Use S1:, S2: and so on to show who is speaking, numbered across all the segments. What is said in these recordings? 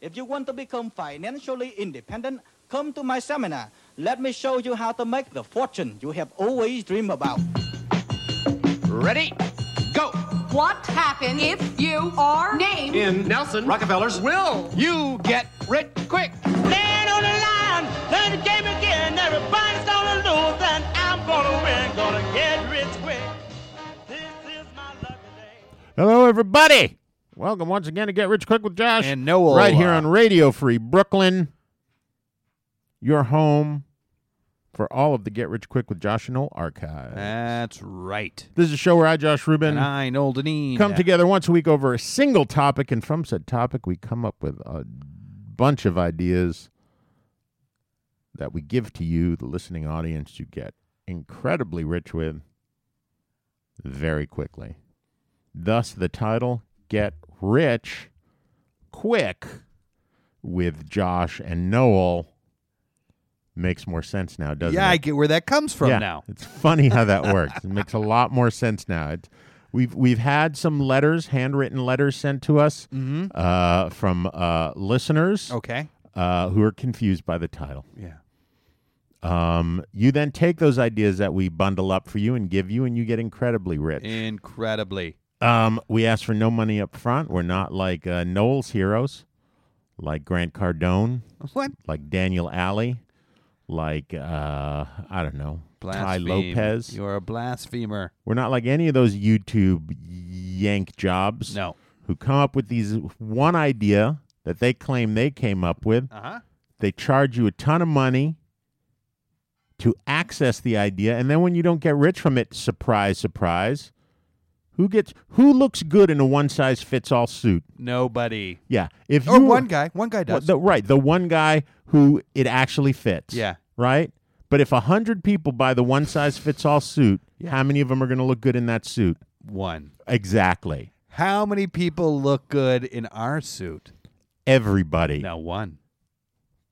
S1: If you want to become financially independent, come to my seminar. Let me show you how to make the fortune you have always dreamed about.
S2: Ready? Go!
S3: What happens if you are named
S2: In Nelson Rockefeller's will you get rich quick?
S4: Stand on the line, play the game again. Everybody's gonna lose, and I'm gonna win. Gonna get rich quick. This is my lucky day.
S5: Hello, everybody. Welcome once again to Get Rich Quick with Josh
S2: And Noel.
S5: Right here on Radio Free Brooklyn, your home for all of the Get Rich Quick with Josh and Noel archive.
S2: That's right.
S5: this is a show where I, Josh Rubin,
S2: And I, Noel Deneen.
S5: come together once a week over a single topic, and from said topic, we come up with a bunch of ideas that we give to you, the listening audience, to get incredibly rich with very quickly. Thus, the title Get Rich Quick with Josh and Noel makes more sense now, doesn't
S2: Yeah,
S5: it?
S2: I get where that comes from
S5: yeah,
S2: now.
S5: It's funny how that works. It makes a lot more sense now. It's, we've we've had some letters, handwritten letters sent to us
S2: Mm-hmm.
S5: uh, from uh, listeners
S2: Okay.
S5: uh, who are confused by the title.
S2: Oh. Yeah.
S5: Um, you then take those ideas that we bundle up for you and give you, and you get incredibly rich.
S2: Incredibly.
S5: Um, we ask for no money up front. We're not like uh, Noel's heroes, like Grant Cardone,
S2: What?
S5: like Daniel Alley, like uh, I don't know, Ty Lopez.
S2: You're a blasphemer.
S5: We're not like any of those YouTube yank jobs
S2: No.
S5: who come up with these one idea that they claim they came up with.
S2: Uh huh.
S5: They charge you a ton of money to access the idea, and then when you don't get rich from it, surprise, surprise, who gets who looks good in a one size fits all suit?
S2: Nobody.
S5: Yeah, if
S2: Or
S5: you
S2: Oh, one guy. One guy
S5: Well,
S2: does.
S5: the, right, the one guy who it actually fits.
S2: Yeah.
S5: right. But if a hundred people buy the one size fits all suit, how many of them are going to look good in that suit?
S2: one.
S5: Exactly.
S2: How many people look good in our suit?
S5: Everybody.
S2: No, one.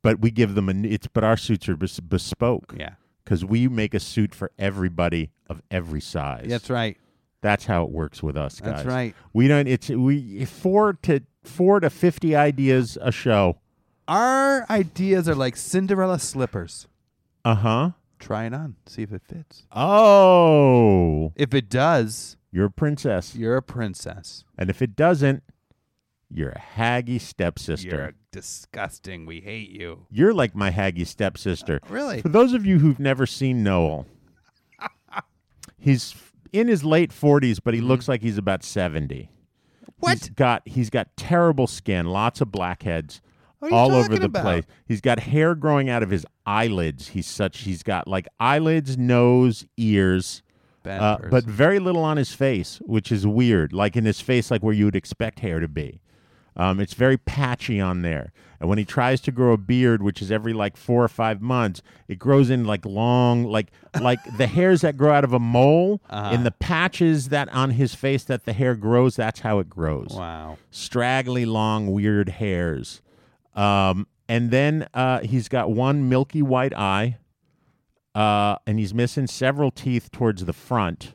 S5: But we give them a. n- It's but our suits are bes- bespoke.
S2: Yeah.
S5: Because we make a suit for everybody of every size.
S2: That's right.
S5: That's how it works with us, guys.
S2: That's right.
S5: We don't. It's we four to four to fifty ideas a show.
S2: Our ideas are like Cinderella slippers.
S5: Uh huh.
S2: Try it on. See if it fits.
S5: Oh,
S2: If it does,
S5: you're a princess,
S2: you're a princess.
S5: and if it doesn't, you're a haggy stepsister.
S2: You're disgusting. We hate you.
S5: You're like my haggy stepsister.
S2: Really?
S5: For those of you who've never seen Noel, he's in his late 40s, but he looks like he's about 70. He's
S2: Mm-hmm. What?
S5: got he's got terrible skin, lots of blackheads
S2: What are you
S5: all over
S2: talking
S5: the
S2: about?
S5: place. He's got hair growing out of his eyelids. He's such he's got like eyelids, nose, ears.
S2: Bad
S5: uh,
S2: person.
S5: but very little on his face, which is weird. Like in his face, like where you would expect hair to be. Um, it's very patchy on there. And when he tries to grow a beard, which is every like four or five months, it grows in like long, like like the hairs that grow out of a mole
S2: Uh-huh.
S5: in the patches that on his face that the hair grows. That's how it grows
S2: Wow.
S5: straggly, long, weird hairs. Um, and then uh, he's got one milky white eye, uh, and he's missing several teeth towards the front.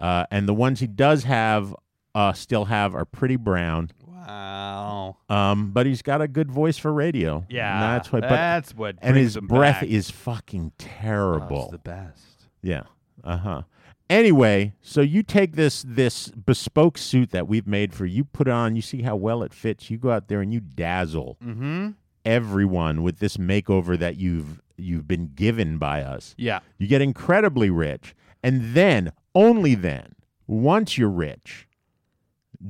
S5: Uh, and the ones he does have, uh, still have, are pretty brown.
S2: Wow.
S5: Um, but he's got a good voice for radio. And
S2: Yeah,
S5: that's what. but-
S2: that's what
S5: And
S2: brings
S5: his
S2: him
S5: breath
S2: back.
S5: is fucking terrible.
S2: Love's the best.
S5: Yeah. Uh huh. Anyway, so you take this this bespoke suit that we've made for you, put it on, you see how well it fits. You go out there and you dazzle
S2: Mm-hmm.
S5: everyone with this makeover that you've you've been given by us.
S2: Yeah.
S5: You get incredibly rich, and then only then, once you're rich,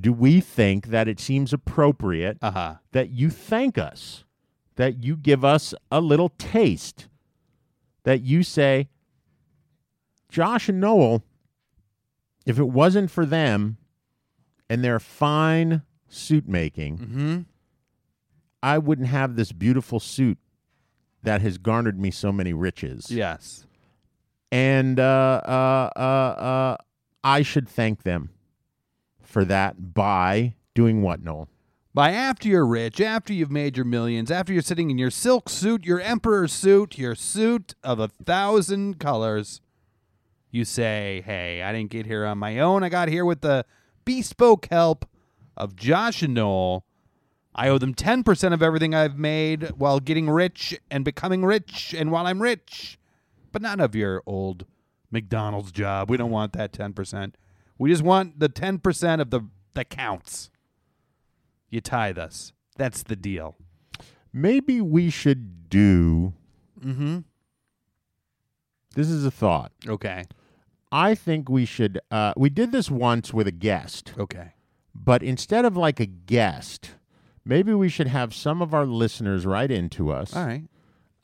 S5: do we think that it seems appropriate
S2: Uh huh.
S5: that you thank us, that you give us a little taste, that you say, Josh and Noel, if it wasn't for them and their fine suit making,
S2: Mm-hmm.
S5: I wouldn't have this beautiful suit that has garnered me so many riches.
S2: Yes.
S5: And uh, uh, uh, uh, I should thank them for that by doing what, Noel?
S2: By after you're rich, after you've made your millions, after you're sitting in your silk suit, your emperor suit, your suit of a thousand colors, you say, Hey, I didn't get here on my own. I got here with the bespoke help of Josh and Noel. I owe them 10% of everything I've made while getting rich and becoming rich and while I'm rich. But not of your old McDonald's job. We don't want that 10%. We just want the 10% of the that counts. You tithe us. That's the deal.
S5: Maybe we should do. This is a thought.
S2: Okay.
S5: I think we should. Uh, we did this once with a guest,
S2: Okay.
S5: but instead of like a guest, maybe we should have some of our listeners write into us.
S2: All right.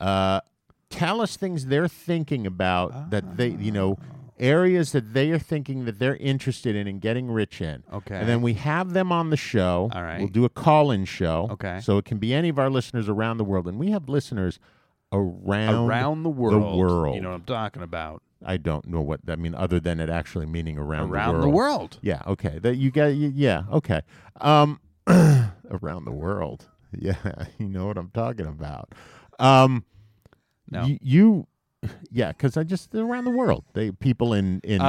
S5: uh, tell us things they're thinking about that they, you
S2: Ah.
S5: know, areas that they are thinking that they're interested in and getting rich in.
S2: Okay.
S5: And then we have them on the show.
S2: All right.
S5: We'll do a call in show.
S2: Okay.
S5: So it can be any of our listeners around the world. And we have listeners around,
S2: Around the world.
S5: The world.
S2: You know what I'm talking about.
S5: I don't know what that mean other than it actually meaning around,
S2: Around
S5: the world.
S2: the world.
S5: Yeah. Okay. That you got. y- Yeah. Okay. Um, around the world. Yeah. You know what I'm talking about. Um,
S2: No.
S5: y- you. Yeah, because I just they're around the world. They people in in,
S2: Oh,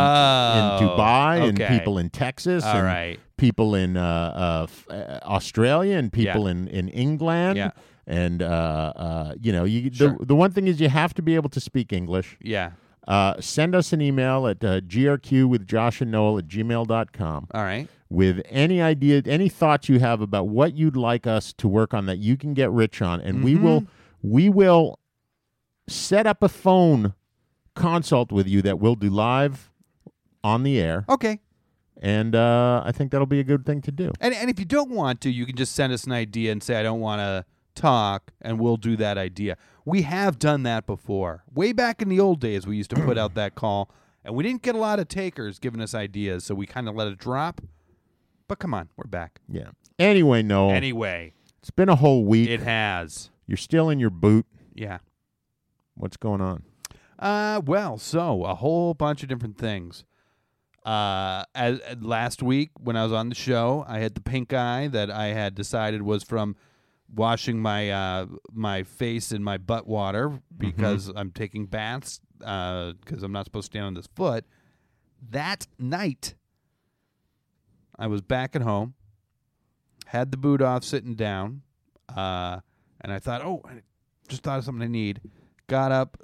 S5: in Dubai
S2: okay.
S5: and people in Texas
S2: All
S5: and
S2: right.
S5: people in uh, uh, f- uh, Australia and people in in England
S2: Yeah.
S5: and uh, uh, you know you
S2: Sure.
S5: the, the one thing is you have to be able to speak English.
S2: Yeah.
S5: Uh, send us an email at uh, grq with Josh and Noel at gmail.com
S2: All right.
S5: with any idea, any thoughts you have about what you'd like us to work on that you can get rich on, and we will
S2: Mm-hmm.
S5: we will set up a phone consult with you that we'll do live on the air,
S2: Okay.
S5: and uh, I think that'll be a good thing to do.
S2: And and if you don't want to, you can just send us an idea and say I don't want to talk, and we'll do that idea. We have done that before. Way back in the old days, we used to put out that call, and we didn't get a lot of takers giving us ideas, so we kind of let it drop. But come on, we're back
S5: Yeah. Anyway, Noel,
S2: anyway.
S5: it's been a whole week.
S2: It has,
S5: You're still in your boot.
S2: yeah.
S5: What's going on?
S2: Uh, well, so a whole bunch of different things. Uh, as, uh, last week when I was on the show, I had the pink eye that I had decided was from washing my uh my face in my butt water because I'm taking baths because I'm not supposed to stand on this foot. That night, I was back at home, had the boot off, sitting down, uh, and I thought, oh, I just thought of something I need. Got up,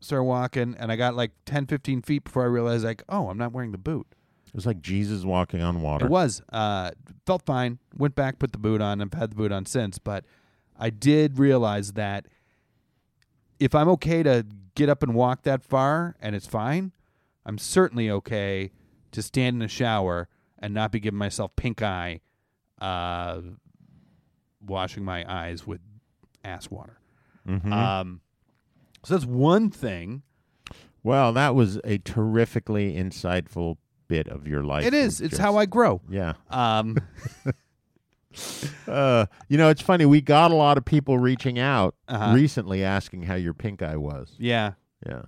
S2: started walking and I got like 10, 15 feet before I realized like, oh, I'm not wearing the boot.
S5: It was like Jesus walking on water.
S2: It was. Uh, felt fine. Went back, put the boot on. I've had the boot on since, but I did realize that if I'm okay to get up and walk that far and it's fine, I'm certainly okay to stand in a shower and not be giving myself pink eye, uh, washing my eyes with ass water. Um, so that's one thing.
S5: Well, that was a terrifically insightful bit of your life.
S2: It is. It's how I grow.
S5: Yeah.
S2: Um,
S5: Uh, you know, it's funny. We got a lot of people reaching out
S2: Uh-huh.
S5: recently asking how your pink eye was.
S2: yeah,
S5: Yeah.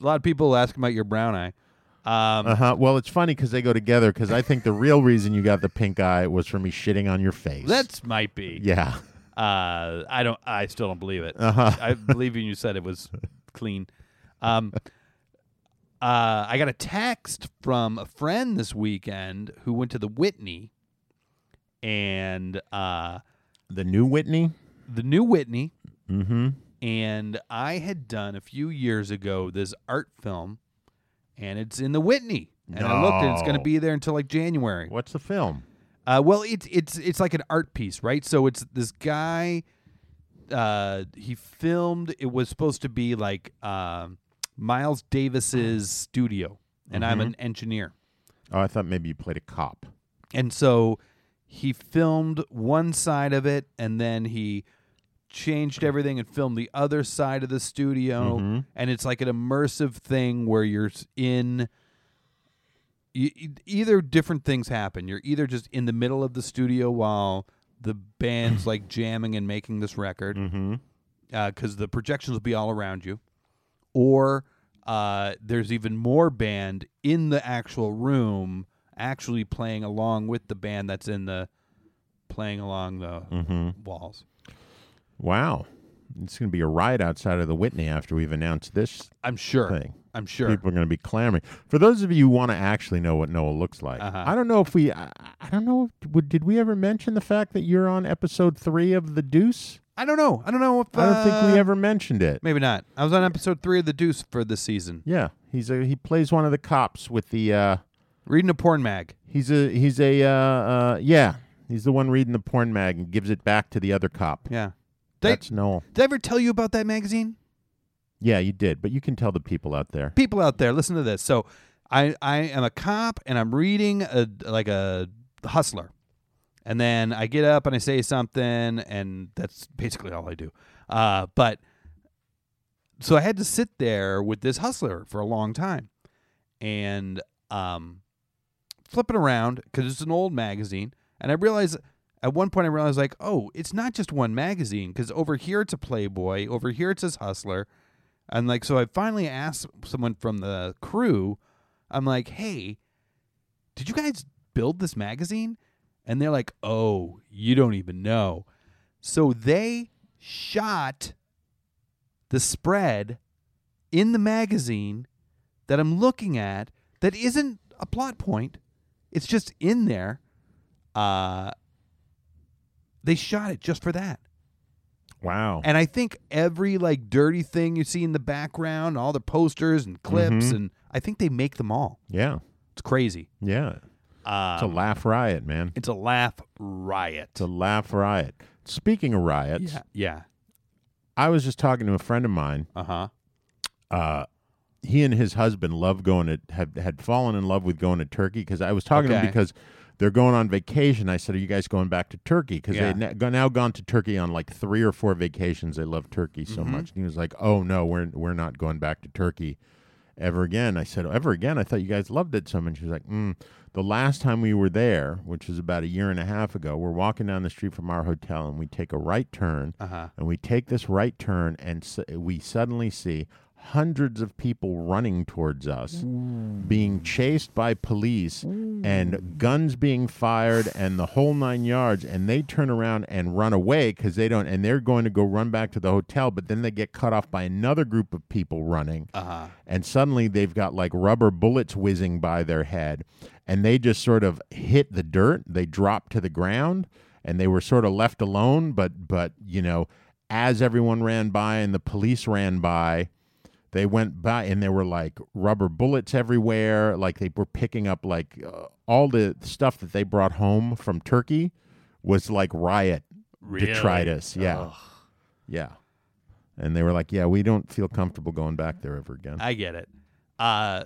S2: a lot of people ask about your brown eye. Um,
S5: Uh huh. Well, it's funny because they go together. Because I think the real reason you got the pink eye was for me shitting on your face.
S2: That's might be.
S5: yeah.
S2: Uh, I don't. I still don't believe it.
S5: Uh-huh.
S2: I believe when you said it was clean. Um, uh, I got a text from a friend this weekend who went to the Whitney, and uh,
S5: The new Whitney.
S2: the new Whitney.
S5: Mm-hmm.
S2: And I had done a few years ago this art film, and it's in the Whitney. And I looked, and it's going to
S5: No.
S2: be there until like January.
S5: What's the film?
S2: Uh, well, it's it's it's like an art piece, right? So it's this guy. Uh, he filmed. It was supposed to be like um Miles Davis's studio, and I'm an engineer,
S5: Oh, I thought maybe you played a cop.
S2: and so he filmed one side of it, and then he changed everything and filmed the other side of the studio, and it's like an immersive thing where you're s- in you, e- either different things happen. You're either just in the middle of the studio while the band's like jamming and making this record, because the projections will be all around you, or uh, there's even more band in the actual room, actually playing along with the band
S5: Mm-hmm.
S2: that's in the playing along the walls.
S5: Wow. It's going to be a riot outside of the Whitney after we've announced this.
S2: I'm sure.
S5: Thing.
S2: I'm sure.
S5: People are going to be clamoring. For those of you who want to actually know what Noah looks like,
S2: Uh-huh.
S5: I don't know if we, I, I don't know, if- would- did we ever mention the fact that you're on episode three of The Deuce?
S2: I don't know. I don't know if.
S5: I don't think
S2: uh,
S5: we ever mentioned it.
S2: Maybe not. I was on episode three of The Deuce for this season.
S5: Yeah, he's a, he plays one of the cops with the. Uh,
S2: Reading a porn mag.
S5: He's a he's a uh, uh, yeah. He's the one reading the porn mag and gives it back to the other cop.
S2: Yeah. Did, I-
S5: That's Noel.
S2: did I ever tell you about that magazine?
S5: Yeah, you did, but you can tell the people out there.
S2: People out there, listen to this. So, I I am a cop and I'm reading a like a hustler, and then I get up and I say something, and that's basically all I do. Uh, but so I had to sit there with this hustler for a long time, and um, flipping around because it's an old magazine, and I realized at one point I realized like, oh, it's not just one magazine because over here it's a Playboy, over here it says Hustler, and like so I finally asked someone from the crew, I'm like, hey, did you guys build this magazine? And they're like, oh, you don't even know. So they shot the spread in the magazine that I'm looking at that isn't a plot point. It's just in there. Uh, they shot it just for that.
S5: Wow.
S2: And I think every like dirty thing you see in the background, all the posters and clips,
S5: Mm-hmm.
S2: and I think they make them all.
S5: yeah.
S2: It's crazy.
S5: Yeah. it's
S2: Um,
S5: a laugh riot, man.
S2: It's a laugh riot.
S5: It's a laugh riot. Speaking of riots,
S2: yeah. Yeah.
S5: I was just talking to a friend of mine.
S2: Uh huh.
S5: He and his husband love going to had had fallen in love with going to Turkey because I was talking to
S2: Okay.
S5: him because they're going on vacation. I said, "Are you guys going back to Turkey?" Because
S2: Yeah.
S5: they had na- now gone to Turkey on like three or four vacations. They love Turkey so much. And he was like, "Oh no, we're we're not going back to Turkey." ever again. I said, ever again? I thought you guys loved it so much. She was like, mm. the last time we were there, which was about a year and a half ago, we're walking down the street from our hotel and we take a right turn. Uh-huh. And we take this right turn and s we suddenly see hundreds of people running towards us, being chased by police and guns being fired and the whole nine yards. And they turn around and run away because they don't, and they're going to go run back to the hotel, but then they get cut off by another group of people running and suddenly they've got like rubber bullets whizzing by their head and they just sort of hit the dirt they dropped to the ground and they were sort of left alone but but you know as everyone ran by and the police ran by they went by and there were like rubber bullets everywhere like they were picking up like uh, all the stuff that they brought home from turkey was like riot detritus yeah yeah and they were like yeah we don't feel comfortable going back there ever again
S2: I get it. Uh,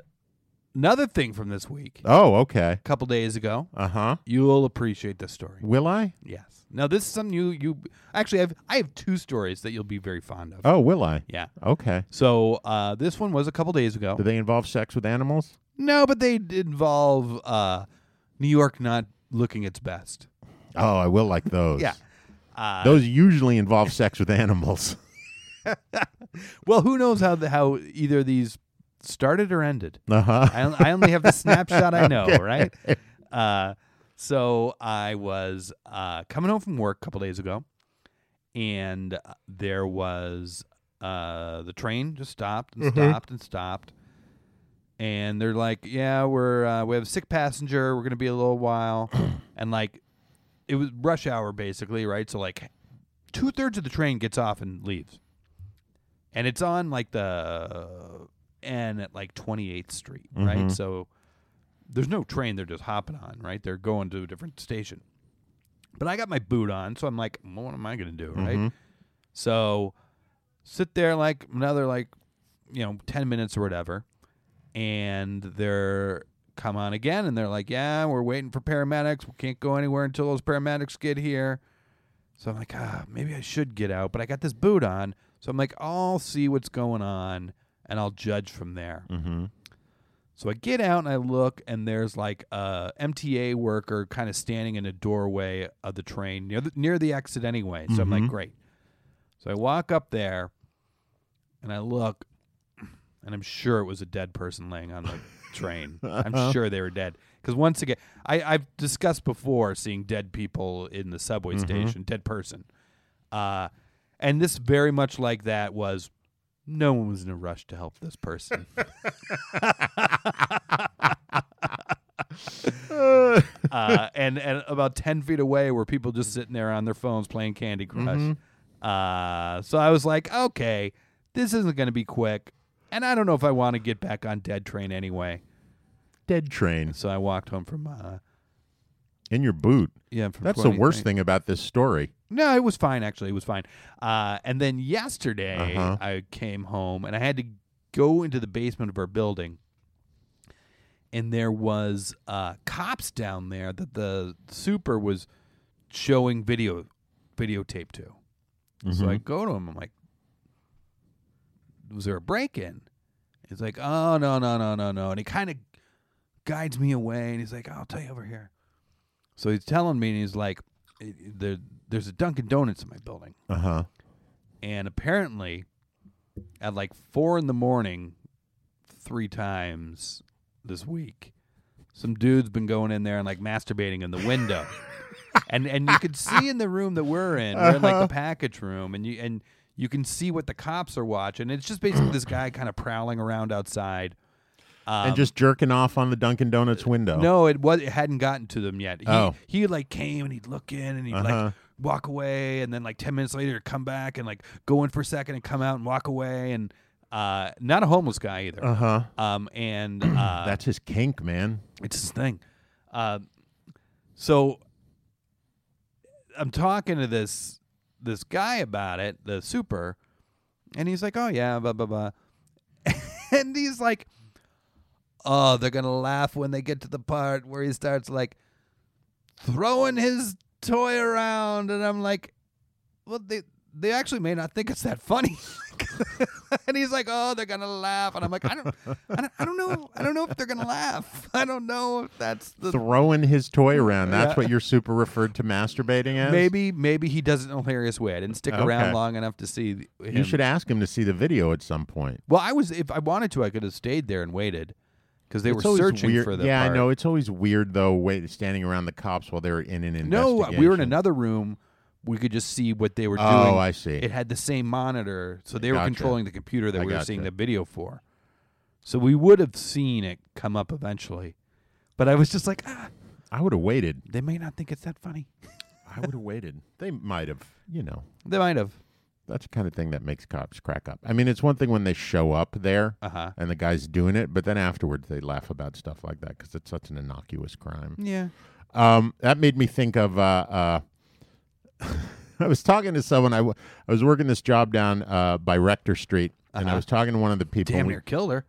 S2: another thing from this week, a
S5: Oh, okay.
S2: couple days ago,
S5: Uh huh.
S2: you'll appreciate this story.
S5: Will I?
S2: Yes. Now this is something you you actually I've I have two stories that you'll be very fond of.
S5: Oh, will I?
S2: Yeah.
S5: Okay.
S2: So uh, this one was a couple days ago.
S5: Do they involve sex with animals?
S2: No, but they d- involve uh, New York not looking its best.
S5: Oh, I will like those.
S2: Yeah.
S5: those usually involve sex with animals.
S2: Well, who knows how the, how either of these started or ended?
S5: Uh huh.
S2: I, on- I only have the snapshot I know, right? Uh, so I was uh, coming home from work a couple days ago, and uh, there was uh, the train just stopped and stopped and stopped, and they're like, "Yeah, we're uh, we have a sick passenger. We're gonna be a little while," and like it was rush hour basically, right? So like two thirds of the train gets off and leaves and it's on like the N at like 28th Street, right? So there's no train they're just hopping on, right? They're going to a different station. But I got my boot on, so I'm like, "Well, what am I going to do, right? So sit there like another like you know 10 minutes or whatever, and they're come on again and they're like, "Yeah, we're waiting for paramedics. We can't go anywhere until those paramedics get here." So I'm like, ah, maybe I should get out, but I got this boot on. So I'm like, I'll see what's going on and I'll judge from there. Mm-hmm. So I get out and I look, and there's like a MTA worker kind of standing in a doorway of the train near the, near the exit anyway. So I'm like, great. So I walk up there and I look, and I'm sure it was a dead person laying on the train. I'm sure they were dead. Because once again, I, I've discussed before seeing dead people in the subway station, dead person. Uh, And this very much like that was no one was in a rush to help this person. uh, and and about ten feet away were people just sitting there on their phones playing Candy Crush. Uh, so I was like, okay, this isn't going to be quick, and I don't know if I want to get back on Dead Train anyway.
S5: Dead train
S2: So I walked home from uh,
S5: in your boot.
S2: yeah. From
S5: That's the
S2: 20
S5: worst thing about this story.
S2: No, it was fine actually. It was fine. Uh, and then yesterday
S5: Uh-huh.
S2: I came home and I had to go into the basement of our building, and there was uh, cops down there that the super was showing video videotape to. So
S5: Mm-hmm.
S2: I go to him. I'm like, "Was there a break in?" He's like, "Oh no no no no no," and he kind of guides me away, and he's like, "I'll tell you over here." So he's telling me, and he's like, there, "There's a Dunkin' Donuts in my building,
S5: Uh huh.
S2: and apparently, at like four in the morning, three times this week, some dude's been going in there and like masturbating in the window, and and you could see in the room that we're in, we're in like the package room, and you and you can see what the cops are watching. It's just basically this guy kind of prowling around outside.
S5: and just jerking off on the Dunkin' Donuts window.
S2: Um, No, it was it hadn't gotten to them yet. He,
S5: Oh.
S2: he like came and he'd look in and he'd
S5: Uh-huh.
S2: like walk away and then like ten minutes later come back and like go in for a second and come out and walk away and uh, not a homeless guy either.
S5: Uh huh.
S2: Um and uh,
S5: That's his kink, man.
S2: it's his thing. Uh, so I'm talking to this this guy about it, the super, and he's like, "Oh yeah, blah blah blah," and he's like, "Oh, they're gonna laugh when they get to the part where he starts like throwing his toy around," and I'm like, "Well, they." They actually may not think it's that funny, and he's like, "Oh, they're gonna laugh," and I'm like, "I don't, I don't, I don't know, I don't know if they're gonna laugh. I don't know if that's the
S5: Throwing his toy around. That's what your super referred to masturbating as?
S2: Maybe maybe he does it in a hilarious way. I didn't stick
S5: Okay.
S2: around long enough to see th- him.
S5: You should ask him to see the video at some point.
S2: well, I was if I wanted to, I could have stayed there and waited because they
S5: It's
S2: were
S5: always
S2: searching
S5: weird-
S2: for the.
S5: Yeah,
S2: part.
S5: I know. It's always weird though, wait, standing around the cops while they're in an
S2: No,
S5: investigation.
S2: we were in another room. We could just see what they were
S5: Oh,
S2: doing.
S5: I see.
S2: It had the same monitor, so they were
S5: Gotcha.
S2: controlling the computer that
S5: I
S2: we were
S5: gotcha.
S2: seeing the video for. So we would have seen it come up eventually, but I was just like, ah,
S5: I would have waited.
S2: they may not think it's that funny.
S5: I would have waited. They might have. You know,
S2: They might have.
S5: that's the kind of thing that makes cops crack up. I mean, it's one thing when they show up there
S2: Uh-huh.
S5: and the guy's doing it, but then afterwards they laugh about stuff like that because it's such an innocuous crime.
S2: Yeah.
S5: Um, that made me think of. Uh, uh, I was talking to someone. I, w- I was working this job down uh, by Rector Street, and I was talking to one of the people.
S2: Uh-huh. Damn
S5: we-
S2: near killed her.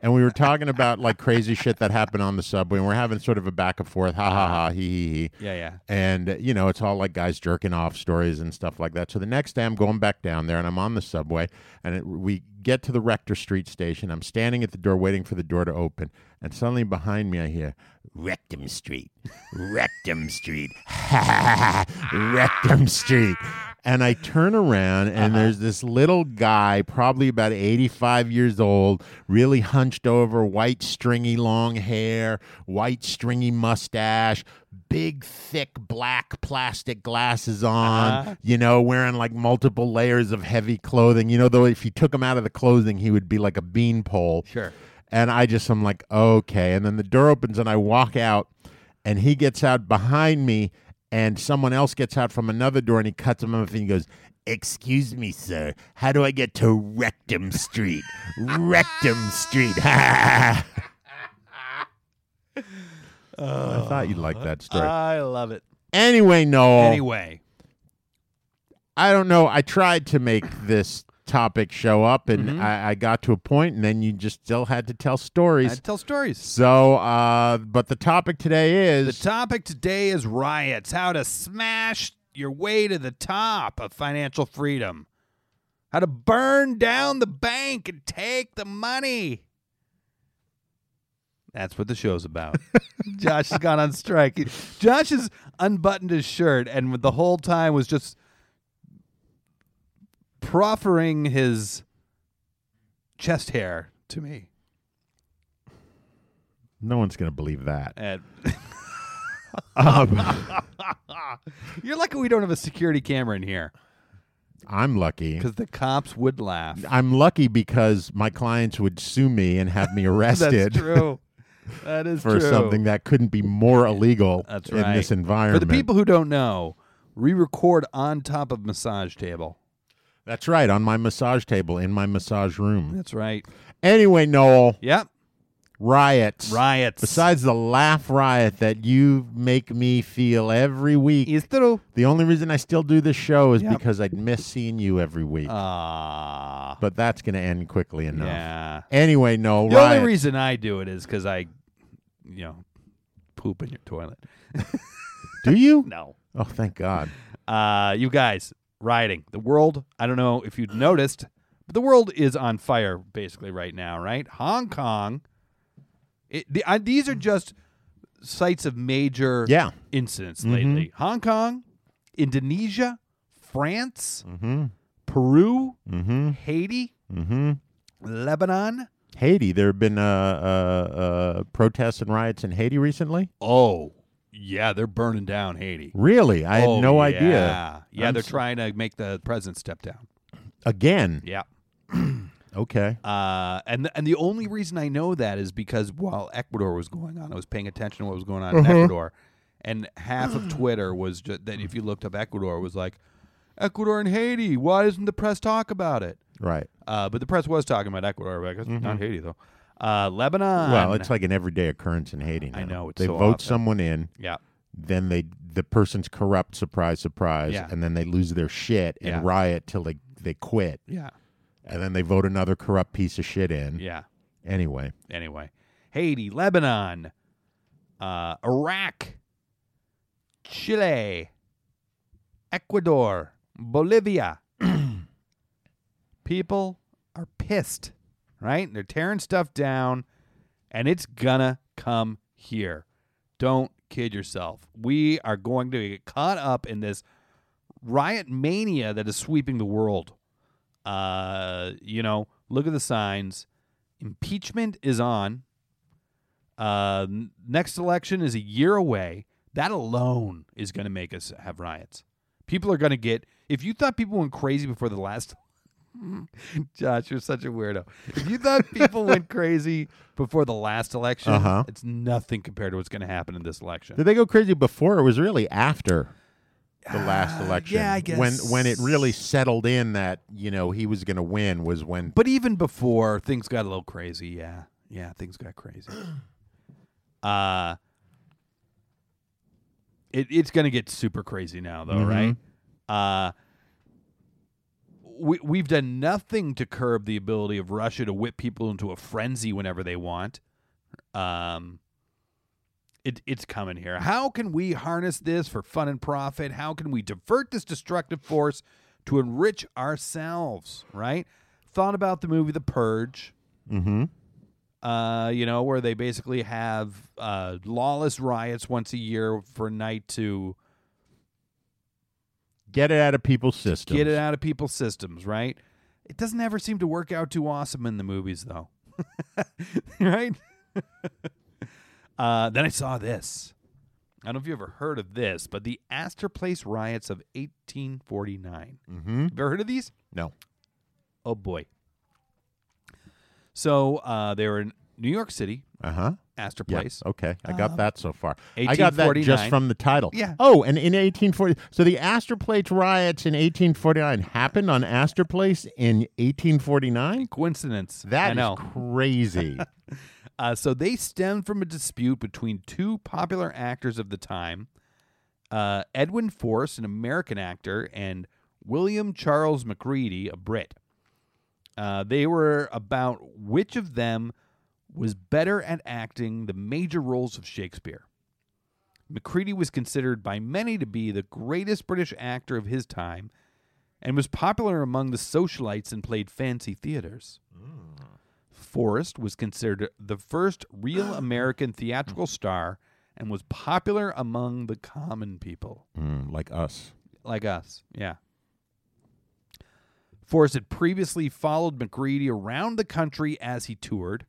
S5: and we were talking about like crazy shit that happened on the subway, and we're having sort of a back and forth, ha ha ha, hee hee hee.
S2: Yeah, yeah.
S5: And uh, you know, it's all like guys jerking off stories and stuff like that. So the next day, I'm going back down there, and I'm on the subway, and it, we get to the Rector Street station. I'm standing at the door, waiting for the door to open, and suddenly behind me, I hear Rectum Street, Rectum Street, ha ha ha, Rectum Street. And I turn around, and there's this little guy, probably about 85 years old, really hunched over, white, stringy, long hair, white, stringy mustache, big, thick, black plastic glasses on,
S2: Uh-huh.
S5: you know, wearing like multiple layers of heavy clothing. You know, though, if you took him out of the clothing, he would be like a beanpole.
S2: Sure.
S5: And I just am like, okay. And then the door opens and I walk out and he gets out behind me and someone else gets out from another door and he cuts him off and he goes, Excuse me, sir. How do I get to Rectum Street? Rectum Street. I thought you'd like that story.
S2: I love it.
S5: anyway, Noel.
S2: Uh-huh. Anyway,
S5: I don't know. I tried to make this topic show up and
S2: Mm-hmm.
S5: I, I got to a point and then you just still had to tell
S2: I
S5: stories.
S2: tell stories.
S5: So, uh, but the topic today
S2: The
S5: is
S2: topic today is riots, how to smash your way to the top of financial freedom, how to burn down the bank and take the money. That's what the show's about. Josh has gone on strike. Josh has unbuttoned his shirt and the whole time was just proffering his chest hair to me. Eh.
S5: no one's going to believe that.
S2: And
S5: Um,
S2: You're lucky we don't have a security camera in here
S5: I'm lucky.
S2: because the cops would laugh.
S5: I'm lucky because my clients would sue me and have me arrested
S2: That's true. That is
S5: for
S2: true.
S5: something that couldn't be more illegal
S2: That's
S5: in
S2: right.
S5: this environment.
S2: For the people who don't know, re-record on top of massage table.
S5: That's right, on my massage table in my massage room.
S2: That's right.
S5: Anyway, Noel,
S2: Yep.
S5: riots.
S2: Riots.
S5: Besides the laugh riot that you make me feel every week,
S2: is true.
S5: the only reason I still do this show is
S2: Yep.
S5: because I'd miss seeing you every week.
S2: Ah.
S5: but that's going to end quickly enough.
S2: yeah.
S5: Anyway, Noel,
S2: The
S5: riots.
S2: only reason I do it is because I, you know, poop in your toilet.
S5: do you?
S2: No.
S5: Oh, thank God.
S2: Uh, you guys, rioting. The world, I don't know if you've noticed, but the world is on fire basically right now, right? Hong Kong. It, the, uh, these are just sites of major
S5: Yeah. Mm-hmm.
S2: incidents lately. Hong Kong, Indonesia, France,
S5: Mm-hmm,
S2: Peru,
S5: Mm.
S2: Haiti, Lebanon.
S5: Haiti. There have been uh, uh, uh, protests and riots in Haiti recently.
S2: Oh, yeah, they're burning down Haiti.
S5: Really, I
S2: Oh,
S5: had no
S2: Yeah,
S5: idea.
S2: yeah
S5: I'm
S2: they're
S5: s-
S2: trying to make the president step down.
S5: again.
S2: Yeah.
S5: Okay,
S2: Uh, and th- and the only reason I know that is because while Ecuador was going on, I was paying attention to what was going on
S5: Mm-hmm.
S2: in Ecuador, and half of Twitter was just that if you looked up Ecuador was like, Ecuador and Haiti, why doesn't the press talk about it?
S5: right.
S2: Uh, but the press was talking about Ecuador, but I guess not Haiti though. Uh, Lebanon.
S5: Mm-hmm. Well, it's like an everyday occurrence in Haiti. Now.
S2: I know, it's
S5: they
S2: so
S5: vote
S2: often.
S5: someone in,
S2: yeah,
S5: then they the person's corrupt. Surprise, surprise,
S2: Yeah.
S5: and then they lose their shit and
S2: Yeah.
S5: riot till they they quit,
S2: yeah,
S5: and then they vote another corrupt piece of shit in.
S2: yeah.
S5: Anyway,
S2: Anyway, Haiti, Lebanon, uh, Iraq, Chile, Ecuador, Bolivia. People are pissed, right? They're tearing stuff down, and it's gonna come here. Don't kid yourself. We are going to get caught up in this riot mania that is sweeping the world. Uh, you know, look at the signs. Impeachment is on. Uh, n- next election is a year away. That alone is going to make us have riots. People are going to get. If you thought people went crazy before the last, Josh, you're such a weirdo. If you thought people went crazy before the last election,
S5: Uh-huh.
S2: it's nothing compared to what's going to happen in this election.
S5: did they go crazy before? It was really after the last election.
S2: Uh, yeah, I
S5: When when it
S2: guess.
S5: really settled in that you know he was going to win was when
S2: But even before things got a little crazy, yeah. Yeah, things got crazy. Uh it, it's gonna get super crazy now though, right? Uh we, we've done nothing to curb the ability of Russia to whip people into a frenzy whenever they want. Um, it, it's coming here. How can we harness this for fun and profit? How can we divert this destructive force to enrich ourselves? Right? Thought about the movie The Purge. Mm-hmm. Uh, you know, where they basically have uh, lawless riots once a year for a night to
S5: get it out of people's systems.
S2: get it out of people's systems, right? It doesn't ever seem to work out too awesome in the movies, though. right? uh, then I saw this. I don't know if you ever heard of this, but the Astor Place riots of 1849. Mm-hmm. You ever heard of these?
S5: No.
S2: Oh, boy. So uh, they were in New York City,
S5: Uh huh.
S2: Astor
S5: Yeah. Oh.
S2: Place.
S5: Okay. I got that so far. I got that just
S2: 1849.
S5: from the title.
S2: Yeah.
S5: Oh, and in 1840, so the Astor Place riots in 1849 happened on Astor Place in 1849.
S2: Coincidence. I
S5: That
S2: know.
S5: is crazy.
S2: Uh, so they stem from a dispute between two popular actors of the time, uh, Edwin Forrest, an American actor, and William Charles Macready, a Brit. Uh, they were about which of them was better at acting the major roles of Shakespeare. Macready was considered by many to be the greatest British actor of his time and was popular among the socialites and played fancy theaters. Forrest was considered the first real American theatrical star and was popular among the common people
S5: Mm, like us.
S2: like us. Yeah. Forrest had previously followed McGreedy around the country as he toured.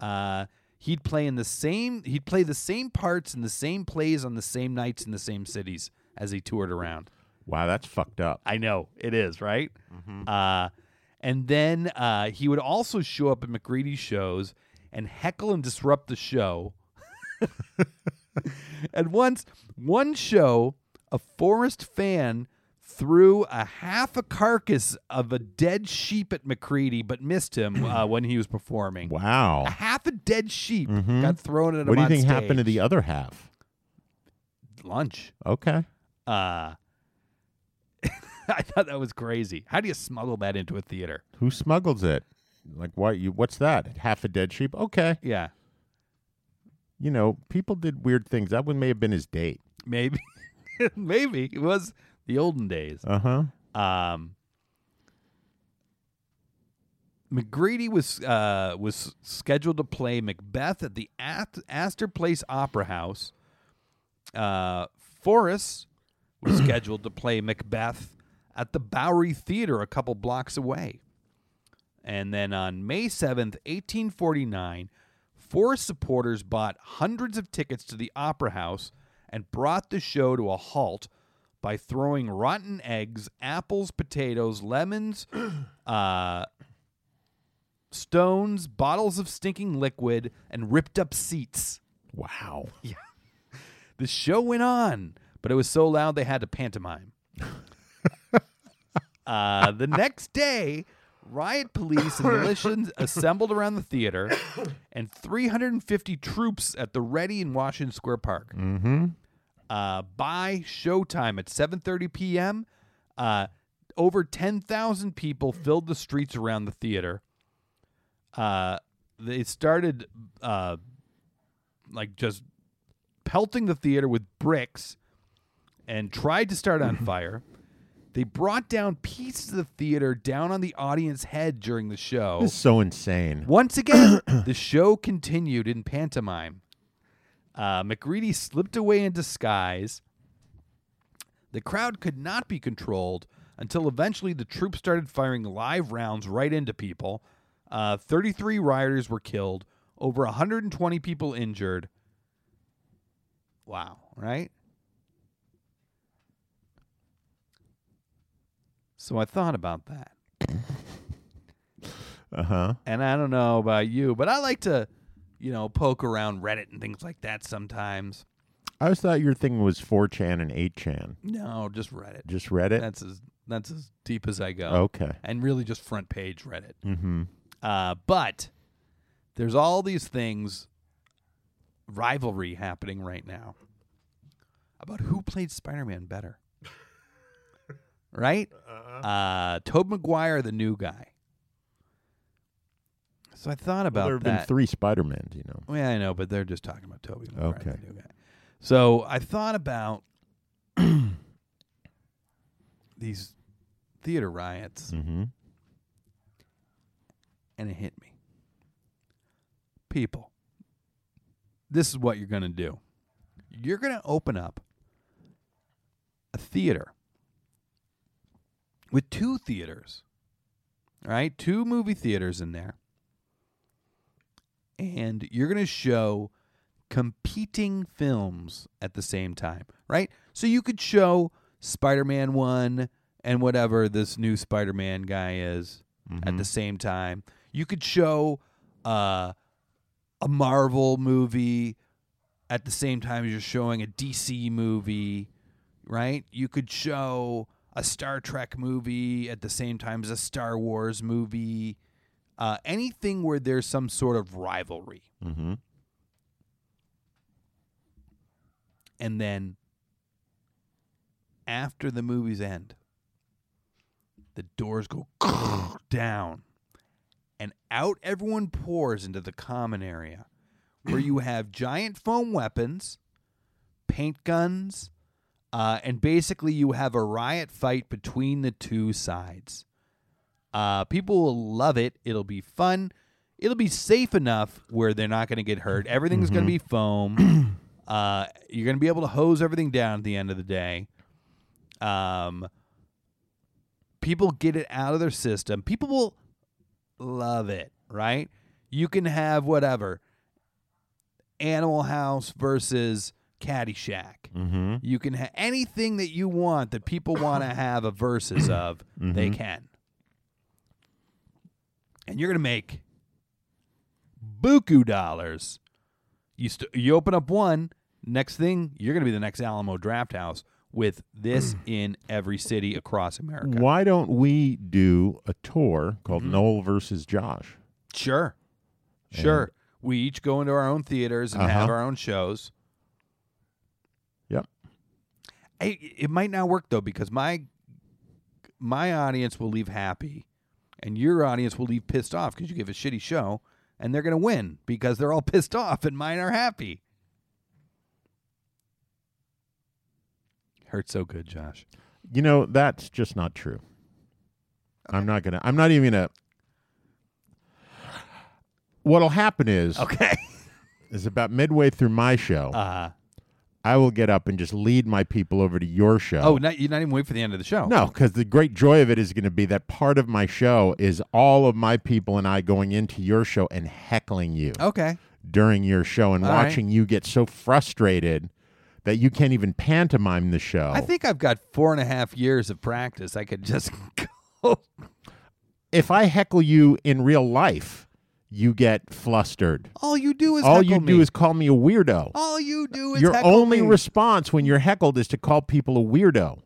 S2: Uh, he'd play in the same he'd play the same parts in the same plays on the same nights in the same cities as he toured around.
S5: Wow, that's fucked up.
S2: I know it is right.
S5: Mm-hmm.
S2: Uh, and then uh, he would also show up at McReady's shows and heckle and disrupt the show. and once, one show, a Forest fan threw a half a carcass of a dead sheep at McCready, but missed him uh, when he was performing.
S5: Wow. Mm-hmm.
S2: A half a dead sheep got thrown at him.
S5: What do you
S2: on
S5: think happened to
S2: stage.
S5: the other half?
S2: lunch?
S5: Okay.
S2: Uh, I thought that was crazy. How do you smuggle that into a theater?
S5: Who smuggles it? Like why you what's that? Half a dead sheep? Okay.
S2: Yeah,
S5: You know, people did weird things. That one may have been his date.
S2: maybe, maybe it was the olden days.
S5: Uh-huh.
S2: Um, McGreedy was uh, was scheduled to play Macbeth at the Ast- Astor Place Opera House. Uh, Forrest was scheduled to play Macbeth at the Bowery Theater a couple blocks away. And then on May 7th, 1849, Forrest supporters bought hundreds of tickets to the Opera House and brought the show to a halt by throwing rotten eggs, apples, potatoes, lemons, uh, stones, bottles of stinking liquid, and ripped up seats.
S5: Wow.
S2: The show went on, but it was so loud they had to pantomime. uh, the next day, riot police and militias assembled around the theater and 350 troops at the ready in Washington Square Park. Mm-hmm. Uh, by showtime at 7.30 p.m., uh, over 10,000 people filled the streets around the theater. Uh, they started uh, like just pelting the theater with bricks and tried to start on fire. They brought down pieces of the theater down on the audience head during the show.
S5: This is so insane.
S2: Once again, the show continued in pantomime. Uh, McReady slipped away in disguise. The crowd could not be controlled until eventually the troops started firing live rounds right into people. Uh, 33 rioters were killed, over 120 people injured. Wow, right? So I thought about that
S5: Uh-huh.
S2: and I don't know about you, but I like to, you know, poke around Reddit and things like that sometimes.
S5: I always thought your thing was 4chan and 8chan.
S2: No, just Reddit.
S5: Just read it.
S2: That's as that's as deep as I go.
S5: Okay.
S2: And really just front page Reddit. Mm-hmm. Uh, but there's all these things rivalry happening right now about who played Spider-Man better. right? Uh-huh. Uh Tobey Maguire the new guy. So I thought about
S5: there have
S2: that.
S5: been three Spider-Mans, you know.
S2: Well, yeah, I know, but they're just talking about Toby. Maguire,
S5: Okay.
S2: the new guy. So I thought about these theater riots,
S5: Mm-hmm.
S2: and it hit me. People, this is what you're going to do. You're going to open up a theater with two theaters, right? Two movie theaters in there. And you're going to show competing films at the same time, right? So you could show Spider Man 1 and whatever this new Spider Man guy is at the same time. You could show uh, a Marvel movie at the same time as you're showing a DC movie, right? You could show a Star Trek movie at the same time as a Star Wars movie. Uh, anything where there's some sort of rivalry.
S5: Mm-hmm.
S2: and then after the movies end, the doors go down, and out everyone pours into the common area, where you have giant foam weapons, paint guns, uh, and basically you have a riot fight between the two sides. Uh, people will love it. It'll be fun. It'll be safe enough where they're not going to get hurt. Everything's going to be foam. uh, you're going to be able to hose everything down at the end of the day. Um, people get it out of their system. People will love it, right? You can have whatever Animal House versus Caddyshack. Mm-hmm. You can have anything that you want that people want to have a versus of, they can. And you're going to make buku dollars. You st- you open up one, next thing, you're going to be the next Alamo Draft House with this in every city across America.
S5: Why don't we do a tour called
S2: Mm-hmm.
S5: Noel versus Josh?
S2: Sure. Sure. we each go into our own theaters and have
S5: Uh-huh.
S2: our own shows.
S5: Yep.
S2: I, it might not work though because my my audience will leave happy, and your audience will leave pissed off because you give a shitty show, and they're gonna win because they're all pissed off, and mine are happy. Hurts so good, Josh.
S5: You know, that's just not true. I'm not gonna I'm not even gonna What'll happen is
S2: Okay.
S5: is about midway through my show,
S2: Uh,
S5: I will get up and just lead my people over to your show.
S2: oh, not, you're not even wait for the end of the show.
S5: No, because the great joy of it is going to be that part of my show is all of my people and I going into your show and heckling you
S2: Okay.
S5: during your show and
S2: Oh. All right.
S5: watching you get so frustrated that you can't even pantomime the show.
S2: I think I've got four and a half years of practice. I could just go.
S5: if I heckle you in real life, you get flustered.
S2: All you do is
S5: all
S2: heckle
S5: you
S2: me. Oh,
S5: do is call me a weirdo.
S2: all you do is
S5: Your
S2: heckle
S5: only
S2: me.
S5: response when you're heckled is to call people a weirdo.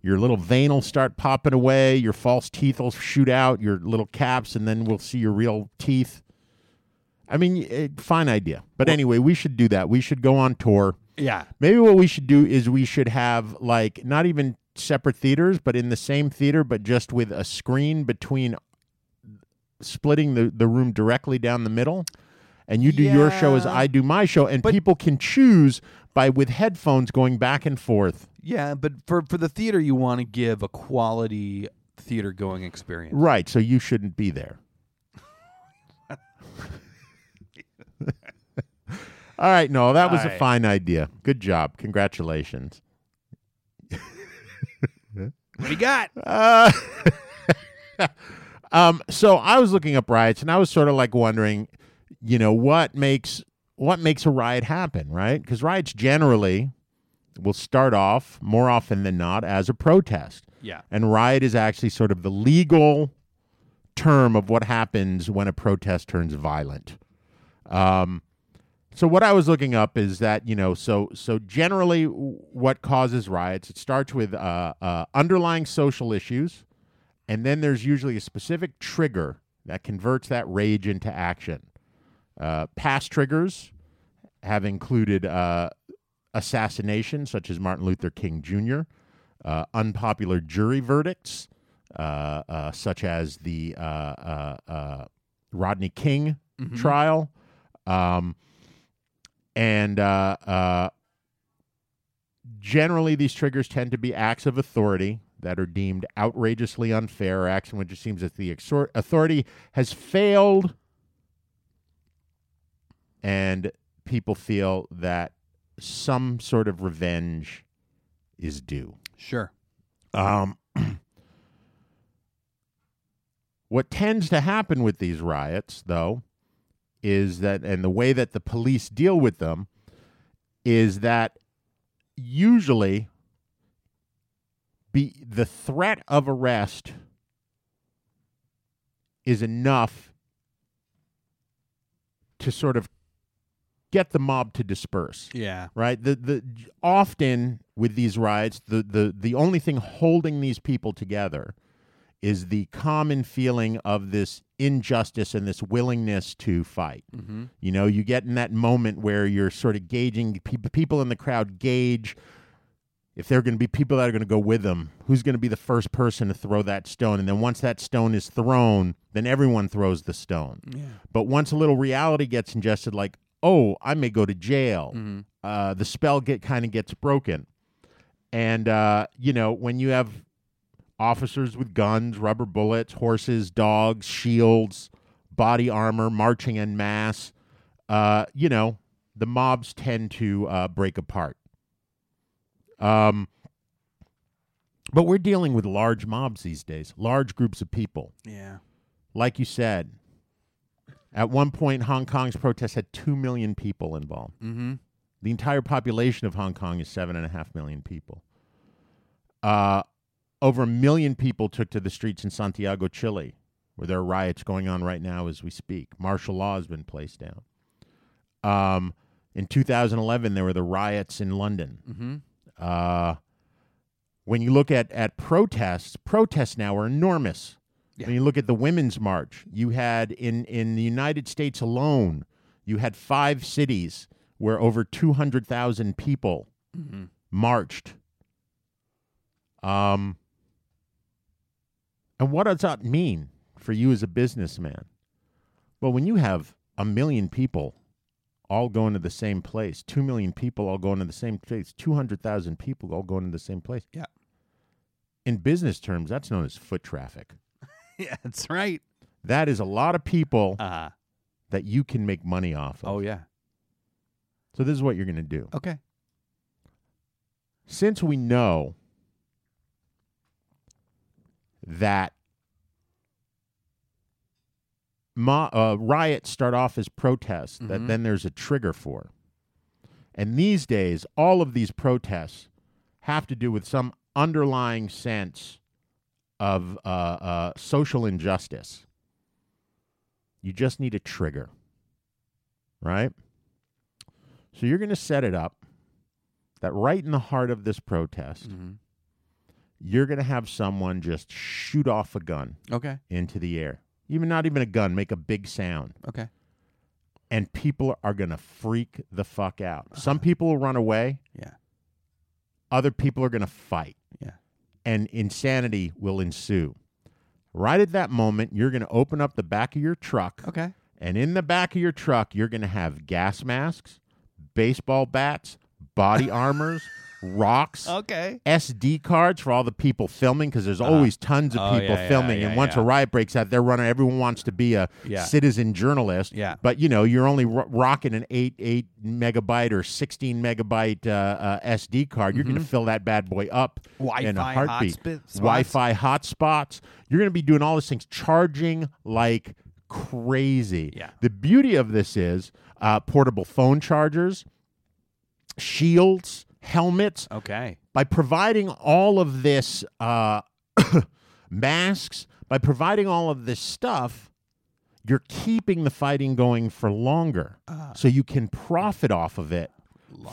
S5: Your little vein will start popping away. Your false teeth will shoot out. Your little caps, and then we'll see your real teeth. I mean, eh, fine idea. But anyway, we should do that. We should go on tour.
S2: yeah.
S5: Maybe what we should do is we should have like not even separate theaters, but in the same theater, but just with a screen between splitting the, the room directly down the middle. And you do your show as
S2: Yeah.
S5: I do my show, and
S2: But-
S5: people can choose by with headphones going back and forth.
S2: Yeah, but for for the theater, you want to give a quality theater going experience.
S5: Right. So you shouldn't be there. All right, no, that was
S2: All
S5: a
S2: right.
S5: fine idea. Good job. Congratulations.
S2: What do you got?
S5: Uh, um, so I was looking up riots, and I was sort of like wondering, you know, what makes what makes a riot happen, right? Because riots generally will start off more often than not as a protest,
S2: yeah.
S5: and riot is actually sort of the legal term of what happens when a protest turns violent. Um, so what I was looking up is that you know, so so generally, w- what causes riots? It starts with uh, uh, underlying social issues, and then there's usually a specific trigger that converts that rage into action. Uh, past triggers have included uh, assassination, such as Martin Luther King Jr., uh, unpopular jury verdicts, uh, uh, such as the uh, uh, uh, Rodney King trial, um, and uh, uh, generally these triggers tend to be acts of authority that are deemed outrageously unfair or acts in which it seems that the exor- authority has failed and people feel that some sort of revenge is due.
S2: Sure.
S5: Um, what tends to happen with these riots, though, is that, and the way that the police deal with them, is that usually be, the threat of arrest is enough to sort of get the mob to disperse
S2: Yeah.
S5: right the the often with these riots the the the only thing holding these people together is the common feeling of this injustice and this willingness to fight
S2: Mm-hmm.
S5: you know you get in that moment where you're sort of gauging pe- people in the crowd gauge if there are going to be people that are going to go with them who's going to be the first person to throw that stone and then once that stone is thrown then everyone throws the stone
S2: Yeah.
S5: but once a little reality gets ingested, like, oh, I may go to jail,
S2: Mhm.
S5: uh, the spell get kind of gets broken. And uh, you know, when you have officers with guns, rubber bullets, horses, dogs, shields, body armor, marching en masse, uh, you know, the mobs tend to uh, break apart. Um, but we're dealing with large mobs these days, large groups of people
S2: Yeah.
S5: like you said, At one point, Hong Kong's protests had 2 million people involved. Mm-hmm. The entire population of Hong Kong is 7.5 million people. Uh, over a million people took to the streets in Santiago, Chile, where there are riots going on right now as we speak. Martial law has been placed down. Um, in 2011, there were the riots in London. Uh, when you look at, at protests, protests now are enormous. When you look at the women's march, you had in, in the United States alone, you had five cities where over 200,000 people marched. Um, and what does that mean for you as a businessman? Well, when you have a million people all going to the same place, two million people all going to the same place, 200,000 people all going to the same place.
S2: Yeah.
S5: In business terms, that's known as foot traffic.
S2: Yeah, that's right.
S5: That is a lot of people
S2: Uh,
S5: that you can make money off of.
S2: oh, yeah.
S5: So this is what you're going to do.
S2: Okay.
S5: since we know that mo- uh, riots start off as protests, that then there's a trigger for. And these days, all of these protests have to do with some underlying sense of uh, uh, social injustice. You just need a trigger, right? So you're going to set it up that right in the heart of this protest,
S2: Mm-hmm.
S5: you're going to have someone just shoot off a gun
S2: Okay.
S5: into the air. Even not even a gun, make a big sound.
S2: Okay.
S5: And people are going to freak the fuck out.
S2: Uh-huh.
S5: Some people will run away,
S2: Yeah.
S5: other people are going to fight,
S2: Yeah.
S5: and insanity will ensue. Right at that moment, you're going to open up the back of your truck.
S2: Okay.
S5: And in the back of your truck, you're going to have gas masks, baseball bats, body armors, rocks,
S2: Oh, Okay.
S5: SD cards for all the people filming because there's always tons of
S2: Oh,
S5: people
S2: yeah, yeah,
S5: filming.
S2: yeah,
S5: and once
S2: yeah.
S5: a riot breaks out, they're running. Everyone wants to be a
S2: Yeah.
S5: citizen journalist.
S2: Yeah.
S5: But you know, you're only ro- rocking an eight eight megabyte or sixteen megabyte uh, uh, SD card. You're going to fill that bad boy up in a
S2: Mm-hmm. Wi-Fi
S5: heartbeat.
S2: hotspots.
S5: Wi-Fi hotspots. You're going to be doing all these things, charging like crazy.
S2: Yeah.
S5: The beauty of this is uh, portable phone chargers, shields, helmets
S2: Okay.
S5: by providing all of this uh, masks, by providing all of this stuff, you're keeping the fighting going for longer,
S2: Uh.
S5: so you can profit off of it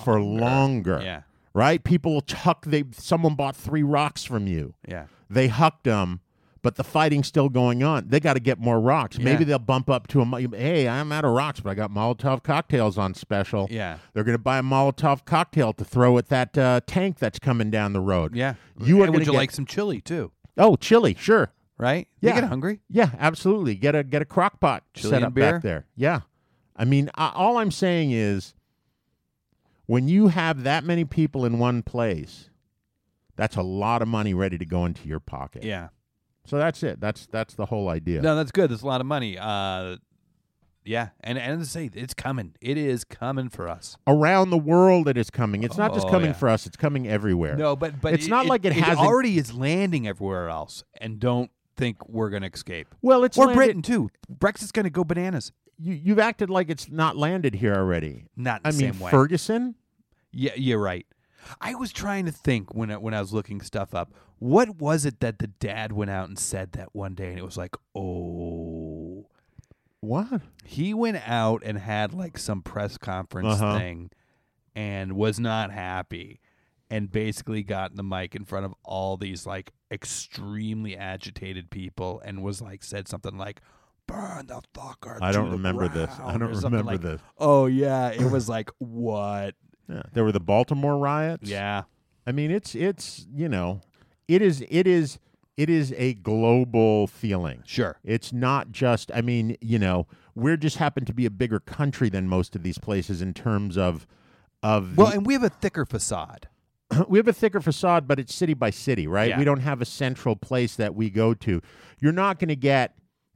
S5: for longer.
S2: Yeah.
S5: Right? People will chuck. They someone bought three rocks from you.
S2: Yeah.
S5: They hucked them, but the fighting's still going on. They got to get more rocks.
S2: Yeah.
S5: Maybe they'll bump up to a. mo- Hey, I'm out of rocks, but I got Molotov cocktails on special.
S2: Yeah.
S5: They're going to buy a Molotov cocktail to throw at that uh, tank that's coming down the road.
S2: Yeah.
S5: You are
S2: And
S5: going
S2: would
S5: to
S2: you
S5: get,
S2: like some chili too?
S5: oh chili, sure.
S2: Right?
S5: Yeah.
S2: They get hungry.
S5: Yeah, absolutely. Get a get a crock pot
S2: Chili
S5: set
S2: and
S5: up
S2: beer?
S5: back there. Yeah, I mean, I, all I'm saying is, when you have that many people in one place, that's a lot of money ready to go into your pocket.
S2: Yeah.
S5: So that's it. That's that's the whole idea.
S2: No, that's good. That's a lot of money. Uh, yeah, and and as I say, it's coming. It is coming for us.
S5: Around the world, it is coming. It's not just
S2: Oh,
S5: coming
S2: yeah.
S5: for us. It's coming everywhere.
S2: No, but but
S5: it's not like it, hasn't.
S2: already is landing everywhere else, and don't think we're gonna escape.
S5: well, it's
S2: or
S5: landed-
S2: Britain too. Brexit's gonna go bananas.
S5: You, you've acted like it's not landed here already.
S2: Not the
S5: I mean,
S2: same way.
S5: Ferguson.
S2: Yeah, you're right. I was trying to think when I, when I was looking stuff up. What was it that the dad went out and said that one day, and it was like, oh,
S5: What?
S2: he went out and had like some press conference
S5: Uh-huh.
S2: thing, and was not happy, and basically got in the mic in front of all these like extremely agitated people, and was like said something like. Burn the fucker.
S5: I
S2: to
S5: don't
S2: the
S5: remember this. I
S2: ground,"
S5: don't
S2: or something
S5: remember
S2: like-
S5: this.
S2: Oh yeah, it was like what?
S5: Yeah. There were the Baltimore riots.
S2: Yeah,
S5: I mean, it's it's you know, it is it is it is a global feeling.
S2: sure.
S5: It's not just. I mean, you know, we're just happen to be a bigger country than most of these places in terms of of.
S2: Well,
S5: the-
S2: and we have a thicker facade.
S5: we have a thicker facade, but it's city by city, right?
S2: Yeah.
S5: We don't have a central place that we go to. You're not going to get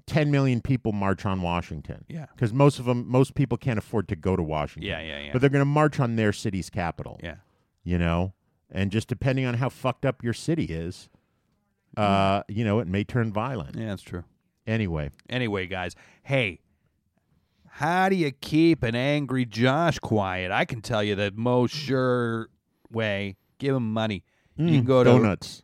S5: 10 million people march on Washington.
S2: Yeah.
S5: Because most of them, most people can't afford to go to Washington.
S2: Yeah, yeah, yeah.
S5: But they're going to march on their city's capital.
S2: Yeah.
S5: You know, and just depending on how fucked up your city is, uh, you know, it may turn violent.
S2: Yeah, that's true.
S5: Anyway,
S2: Anyway, guys, hey, How do you keep an angry Josh quiet? I can tell you the most sure way. Give him money. you
S5: Hmm,
S2: can go to
S5: donuts.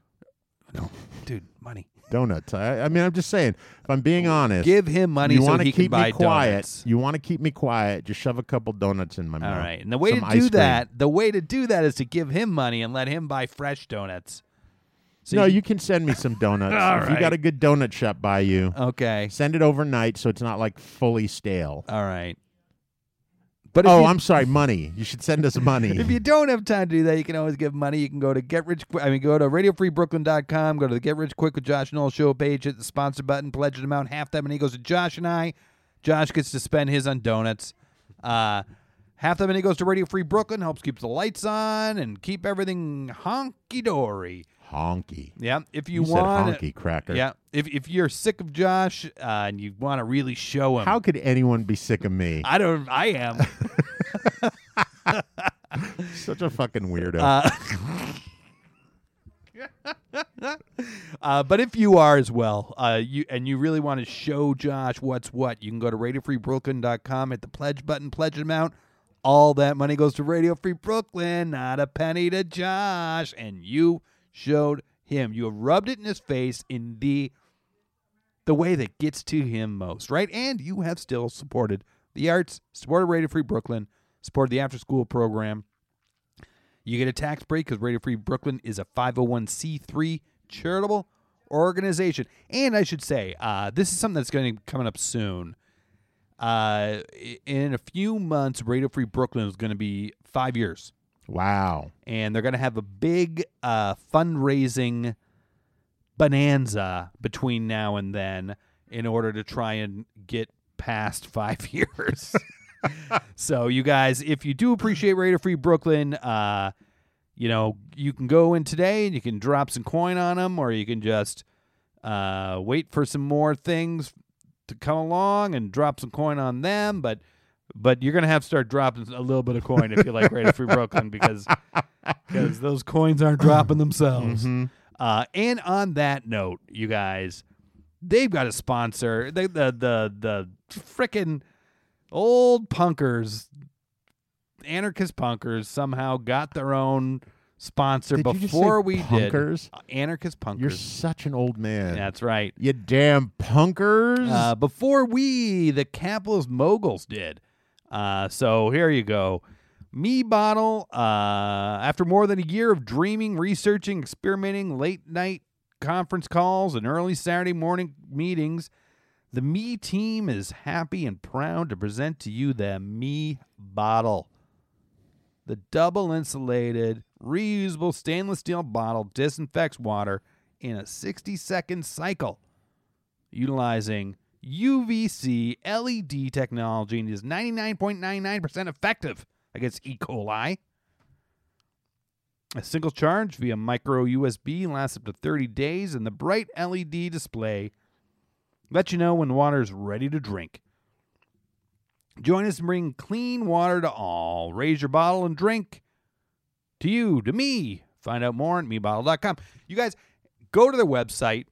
S2: dude, money.
S5: Donuts. I, I mean, I'm just saying. If I'm being honest,
S2: Give him money
S5: you
S2: so
S5: want to
S2: he
S5: keep
S2: can buy
S5: me quiet.
S2: donuts.
S5: You want to keep me quiet. Just shove a couple donuts in my mouth.
S2: All right. And the way
S5: Some
S2: to
S5: ice
S2: do
S5: cream.
S2: that, the way to do that is to give him money and let him buy fresh donuts. So
S5: no, you can send me some donuts.
S2: All
S5: if you got
S2: right.
S5: a good donut shop by you,
S2: Okay.
S5: send it overnight so it's not like fully stale.
S2: All right. But if
S5: oh,
S2: you,
S5: I'm sorry, money. You should send us money.
S2: if you don't have time to do that, you can always give money. You can go to get rich. Qui- I mean, go to radiofreebrooklyn.com. Go to the Get Rich Quick with Josh Noel show page. Hit the sponsor button. Pledge an amount. Half that money goes to Josh and I. Josh gets to spend his on donuts. Uh, half that money goes to Radio Free Brooklyn. Helps keep the lights on and keep everything honky dory.
S5: honky.
S2: Yeah, if you,
S5: You said
S2: want
S5: honky cracker.
S2: Yeah, if if you're sick of Josh uh, and you want to really show him,
S5: How could anyone be sick of me?
S2: Um, I don't, I am.
S5: Such a fucking weirdo.
S2: Uh, but if you are as well, uh, you and you really want to show Josh what's what, you can go to radiofreebrooklyn.com at the pledge button, pledge an amount. All that money goes to Radio Free Brooklyn, not a penny to Josh. And you showed him. You have rubbed it in his face in the the way that gets to him most, right? And you have still supported the arts, supported Radio Free Brooklyn, supported the after school program. You get a tax break because Radio Free Brooklyn is a 501c3 charitable organization. And I should say, uh, this is something that's going to be coming up soon. Uh, i- in a few months, Radio Free Brooklyn is going to be five years,
S5: wow.
S2: and they're going to have a big uh, fundraising bonanza between now and then in order to try and get past five years. so, you guys, if you do appreciate Radio Free Brooklyn, uh, you know, you can go in today and you can drop some coin on them, or you can just uh, wait for some more things to come along and drop some coin on them. But but you're gonna have to start dropping a little bit of coin if you like Radio Free Brooklyn because because those coins aren't dropping themselves.
S5: Mm-hmm.
S2: Uh, and on that note, you guys, they've got a sponsor. They, the the the frickin' old punkers, anarchist punkers, somehow got their own sponsor
S5: Did you just say
S2: before we
S5: punkers?
S2: did. Anarchist punkers.
S5: You're such an old man.
S2: That's right.
S5: You damn punkers.
S2: Uh, before we, the capitalist moguls did. Uh, so here you go. Me Bottle, uh, after more than a year of dreaming, researching, experimenting, late night conference calls, and early Saturday morning meetings, the Me team is happy and proud to present to you the Me Bottle. The double insulated, reusable stainless steel bottle disinfects water in a 60 second cycle utilizing UVC LED E technology and is 99.99% effective against E. coli. A single charge via micro USB lasts up to 30 days, and the bright LED display lets you know when water is ready to drink. Join us and bring clean water to all. Raise your bottle and drink to you, to me. Find out more at mebottle.com. You guys, go to their website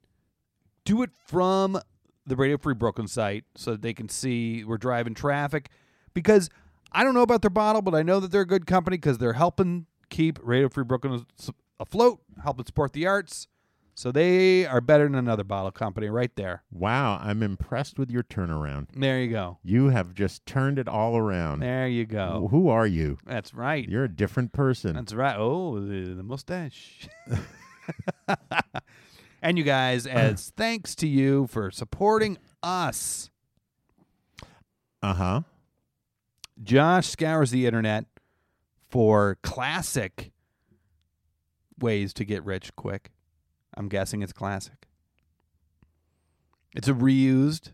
S2: do it from the Radio Free Brooklyn site so that they can see we're driving traffic. Because I don't know about their bottle, but I know that they're a good company because they're helping keep Radio Free Brooklyn s- afloat, helping support the arts. So they are better than another bottle company right there.
S5: wow, I'm impressed with your turnaround.
S2: There you go.
S5: You have just turned it all around.
S2: There you go.
S5: Who are you?
S2: That's right.
S5: You're a different person.
S2: That's right. Oh, the, the mustache. and you guys, as thanks to you for supporting us.
S5: Uh huh.
S2: Josh scours the internet for classic ways to get rich quick. I'm guessing it's classic. It's a reused.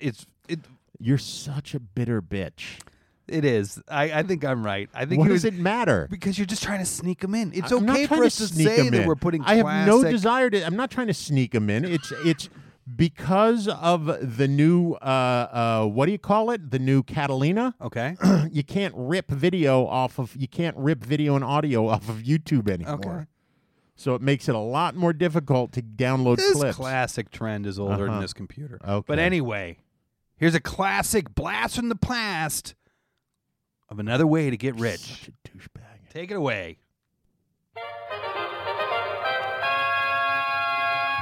S2: It's it
S5: You're such a bitter bitch.
S2: it is. I, I think I'm right. I think
S5: What
S2: he
S5: does
S2: was-
S5: it matter?
S2: because you're just trying to sneak them in. It's
S5: I'm not
S2: okay
S5: trying
S2: for us to,
S5: sneak
S2: say
S5: 'em
S2: that
S5: in.
S2: we're putting.
S5: I have no
S2: classic-
S5: desire to. I'm not trying to sneak them in. It's it's because of the new uh, uh, what do you call it? The new Catalina.
S2: Okay.
S5: you can't rip video off of you can't rip video and audio off of YouTube anymore.
S2: Okay.
S5: So it makes it a lot more difficult to download
S2: this
S5: clips.
S2: classic trend is older
S5: Uh-huh.
S2: than this computer.
S5: Okay.
S2: But anyway, Here's a classic blast from the past of another way to get rich.
S5: douchebag.
S2: Take it away.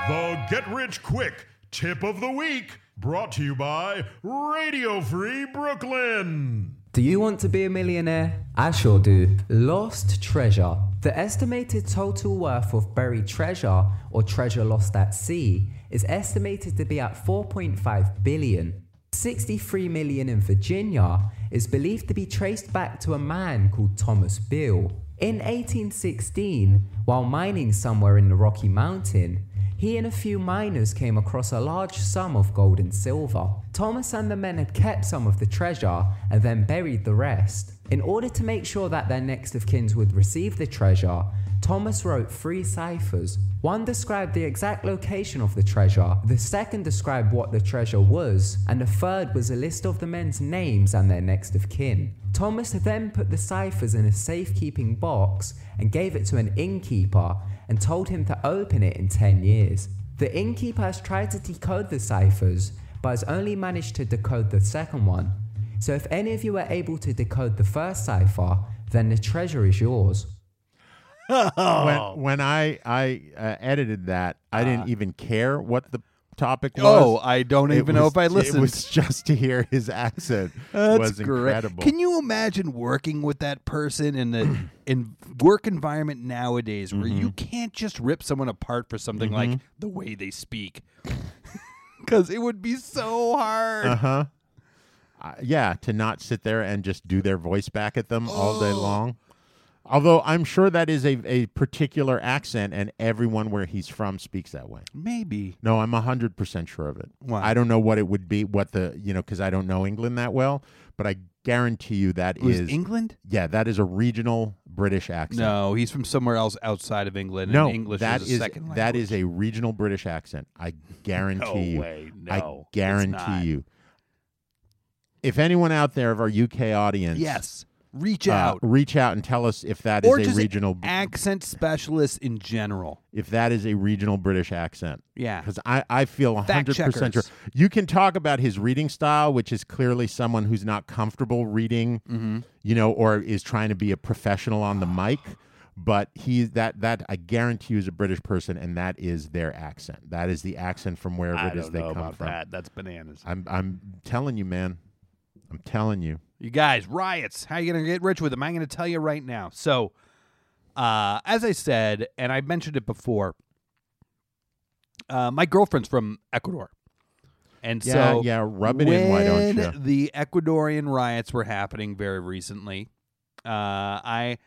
S6: The Get Rich Quick Tip of the Week, brought to you by Radio Free Brooklyn.
S7: Do you want to be a millionaire? I sure do. Lost treasure. The estimated total worth of buried treasure or treasure lost at sea is estimated to be at 4.5 billion. 63 million in Virginia is believed to be traced back to a man called Thomas Beale. In 1816, while mining somewhere in the Rocky Mountain, he and a few miners came across a large sum of gold and silver. Thomas and the men had kept some of the treasure and then buried the rest. In order to make sure that their next of kin would receive the treasure, Thomas wrote three ciphers. One described the exact location of the treasure, the second described what the treasure was, and the third was a list of the men's names and their next of kin. Thomas then put the ciphers in a safekeeping box and gave it to an innkeeper and told him to open it in 10 years. The innkeeper has tried to decode the ciphers, but has only managed to decode the second one. So if any of you are able to decode the first cipher, then the treasure is yours.
S2: Oh.
S5: When, when I I uh, edited that, I didn't even care what the topic was.
S2: Ah. Oh, I don't
S5: It
S2: even know
S5: was-
S2: if I
S5: It
S2: listened.
S5: was just to hear his accent
S2: That's
S5: was
S2: great.
S5: incredible.
S2: Can you imagine working with that person in the in work environment nowadays where you
S5: Mm-hmm.
S2: can't just rip someone apart for something like the way they speak? Cuz it would be so hard.
S5: huh? Uh, yeah, to not sit there and just do their voice back at them all
S2: Oh.
S5: day long. Although I'm sure that is a, a particular accent, and everyone where he's from speaks that way.
S2: Maybe.
S5: No, I'm hundred percent sure of it.
S2: Wow.
S5: I don't know what it would be, what the you know, because I don't know England that well, but I guarantee you that
S2: It was
S5: is-
S2: England?
S5: Yeah, that is a regional British accent.
S2: No, he's from somewhere else outside of England
S5: no,
S2: and English
S5: that
S2: is a second language.
S5: that is a regional British accent. I guarantee you.
S2: way. No,
S5: I
S2: it's not.
S5: guarantee you. If anyone out there of our UK audience,
S2: Yes. Reach
S5: uh,
S2: out.
S5: reach out and tell us if that is
S2: or
S5: a
S2: just
S5: regional
S2: accent specialist in general.
S5: if that is a regional British accent.
S2: Yeah.
S5: Because I, I feel
S2: Fact
S5: 100% sure.
S2: checkers.
S5: You can talk about his reading style, which is clearly someone who's not comfortable reading,
S2: Mm-hmm.
S5: you know, or is trying to be a professional on the mic. But he that that I guarantee you is a British person, and that is their accent. That is the accent from wherever it is they come from.
S2: That's bananas.
S5: I'm I'm telling you, man. I'm telling you.
S2: You guys, riots. How you gonna get rich with them? I'm gonna tell you right now. So, uh, as I said, and I mentioned it before, uh, my girlfriend's from Ecuador, and
S5: Yeah,
S2: so
S5: yeah, rub it in, why
S2: when
S5: don't ya?
S2: The Ecuadorian riots were happening very recently. Uh, I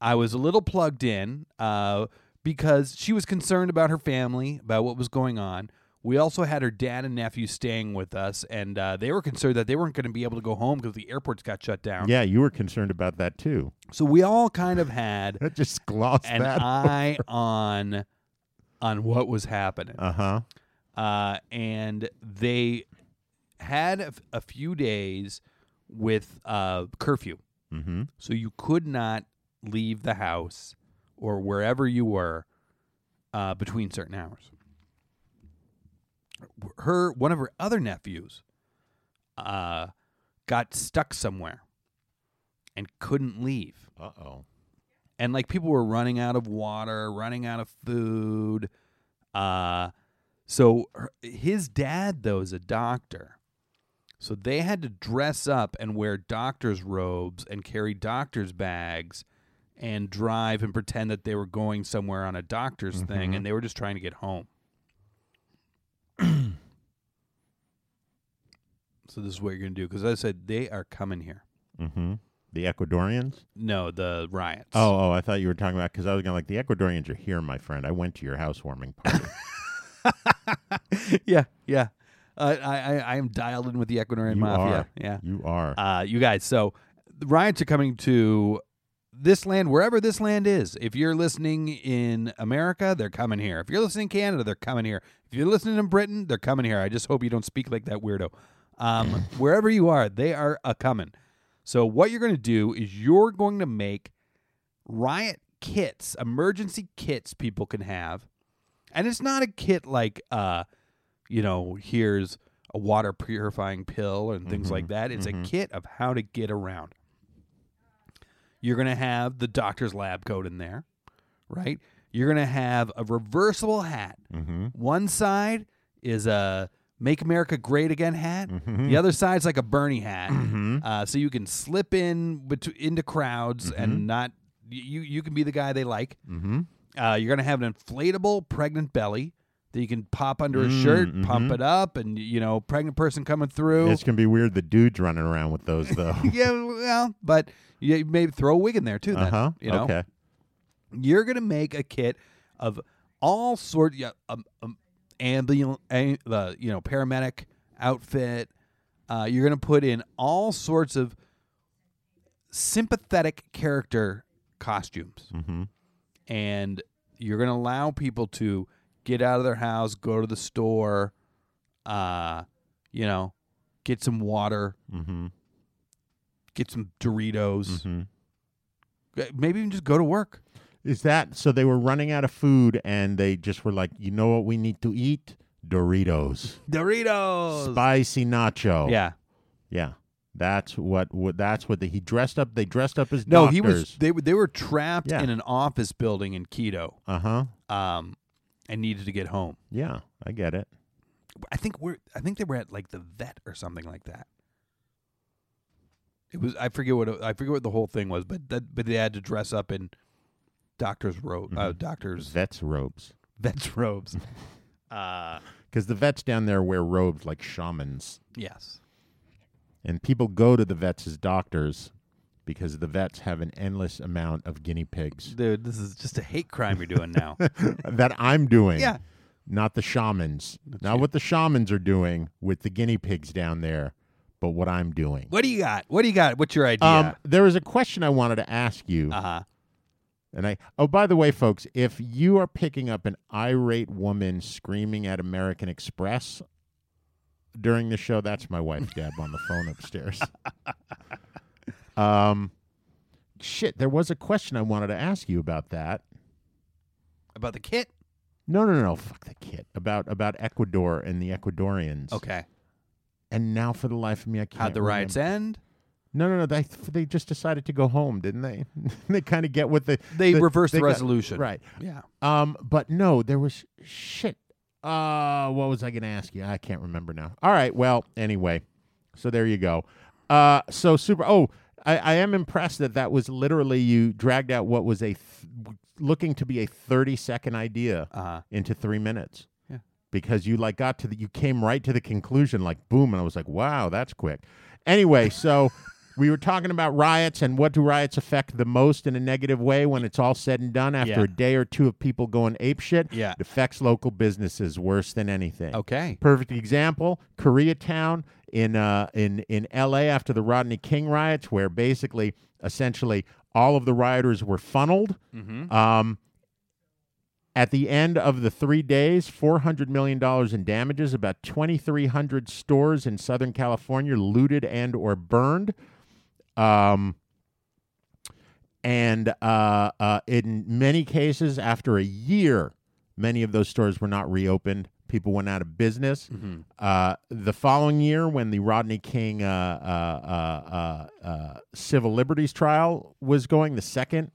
S2: I was a little plugged in uh, because she was concerned about her family, about what was going on. We also had her dad and nephew staying with us, and uh, they were concerned that they weren't going to be able to go home because the airports got shut down.
S5: Yeah, you were concerned about that too.
S2: So we all kind of had
S5: That just glossed
S2: an
S5: that.
S2: eye on on what was happening.
S5: uh huh.
S2: Uh, and they had a, f- a few days with uh, curfew.
S5: Mm-hmm.
S2: So you could not leave the house or wherever you were uh, between certain hours. Her one of her other nephews uh, got stuck somewhere and couldn't leave
S5: Uh oh.
S2: and like people were running out of water, running out of food. Uh, so her, his dad though is a doctor, so they had to dress up and wear doctors' robes and carry doctors' bags, and drive and pretend that they were going somewhere on a doctor's thing, and they were just trying to get home. so this is what you're gonna do because I said they are coming here.
S5: Mm-hmm. The Ecuadorians.
S2: No, the riots.
S5: Oh, oh, I thought you were talking about because I was going to like the Ecuadorians are here, my friend. I went to your housewarming party.
S2: yeah, yeah. Uh, I, I I am dialed in with the Ecuadorian
S5: you
S2: mafia.
S5: are,
S2: Yeah.
S5: you are.
S2: Uh, you guys, so the riots are coming to this land, wherever this land is. If you're listening in America, they're coming here. If you're listening in Canada, they're coming here. If you're listening in Britain, they're coming here. I just hope you don't speak like that weirdo. Um, wherever you are, they are a coming. So what you're going to do is you're going to make riot kits, emergency kits people can have. And it's not a kit like uh you know, here's a water purifying pill and things like that. It's a kit of how to get around. You're going to have the doctor's lab coat in there, right? You're going to have a reversible hat.
S5: Mm-hmm.
S2: One side is a Make America Great Again hat.
S5: Mm-hmm.
S2: The other side's like a Bernie hat. Uh, so you can slip in betw- into crowds
S5: Mm-hmm.
S2: and not, you, you can be the guy they like. Uh, you're gonna have an inflatable pregnant belly that you can pop under a
S5: Mm,
S2: shirt, pump it up, and you know, pregnant person coming through.
S5: mm-hmm. It's gonna be weird. The dudes running around with those though.
S2: yeah, well, but you maybe throw a wig in there too. Then
S5: uh huh.
S2: you know,
S5: Okay.
S2: you're gonna make a kit of all sort, yeah, um, um, ambulance, uh, you know, paramedic outfit. Uh, you're gonna put in all sorts of sympathetic character costumes, and you're gonna allow people to get out of their house, go to the store, uh, you know, get some water, get some Doritos. Uh, Maybe even just go to work.
S5: Is that so? They were running out of food, and they just were like, you know what, we need to eat Doritos,
S2: Doritos.
S5: spicy nacho.
S2: Yeah.
S5: yeah. That's what. what that's what the, he dressed up. They dressed up as
S2: No,
S5: doctors.
S2: he was. They were. They were trapped
S5: Yeah.
S2: in an office building in Quito,
S5: Uh huh.
S2: um, and needed to get home.
S5: Yeah, I get it.
S2: I think we're. I think they were at like the vet or something like that. It was. I forget what. it- I forget what the whole thing was, but that. But they had to dress up in doctors' robe.
S5: Mm-hmm.
S2: Uh, doctors'
S5: Vets robes,
S2: vets robes. uh,
S5: because the vets down there wear robes like shamans.
S2: yes.
S5: And people go to the vets as doctors because the vets have an endless amount of guinea pigs
S2: Dude, this is just a hate crime you're doing now.
S5: that I'm doing.
S2: Yeah.
S5: Not the shamans. not what the shamans are doing with the guinea pigs down there, but what I'm doing.
S2: what do you got? What do you got? What's your idea?
S5: Um, there was a question I wanted to ask you.
S2: uh huh.
S5: And I oh by the way, folks, if you are picking up an irate woman screaming at American Express during the show, that's my wife Deb on the phone upstairs. um shit, there was a question I wanted to ask you about that.
S2: About the kit.
S5: No, no, no, no, fuck the kid. About about Ecuador and the Ecuadorians.
S2: Okay.
S5: And now for the life of me I can't
S2: How'd the riots
S5: remember.
S2: end?
S5: No, no, no. They they just decided to go home, didn't they? they kind of get what the
S2: They reversed the
S5: got-
S2: resolution.
S5: right.
S2: Yeah.
S5: Um, but no, there was shit. Uh, what was I going to ask you? I can't remember now. All right. Well, anyway, so there you go. Uh, so super. Oh, I, I am impressed that that was literally you dragged out what was a th- looking to be a thirty second idea
S2: Uh-huh.
S5: into three minutes.
S2: Yeah.
S5: Because you like got to the you came right to the conclusion like boom, and I was like, wow, that's quick. Anyway, so. We were talking about riots and what do riots affect the most in a negative way when it's all said and done after
S2: Yeah.
S5: a day or two of people going apeshit.
S2: Yeah.
S5: It affects local businesses worse than anything.
S2: Okay.
S5: Perfect example, Koreatown in uh in in LA after the Rodney King riots where basically essentially all of the rioters were funneled.
S2: Mm-hmm.
S5: Um at the end of the three days, $400 million in damages, about 2,300 stores in Southern California looted and or burned. Um, and uh, uh, in many cases, after a year, many of those stores were not reopened. People went out of business. Uh, the following year, when the Rodney King uh, uh, uh, uh, uh, civil liberties trial was going, the second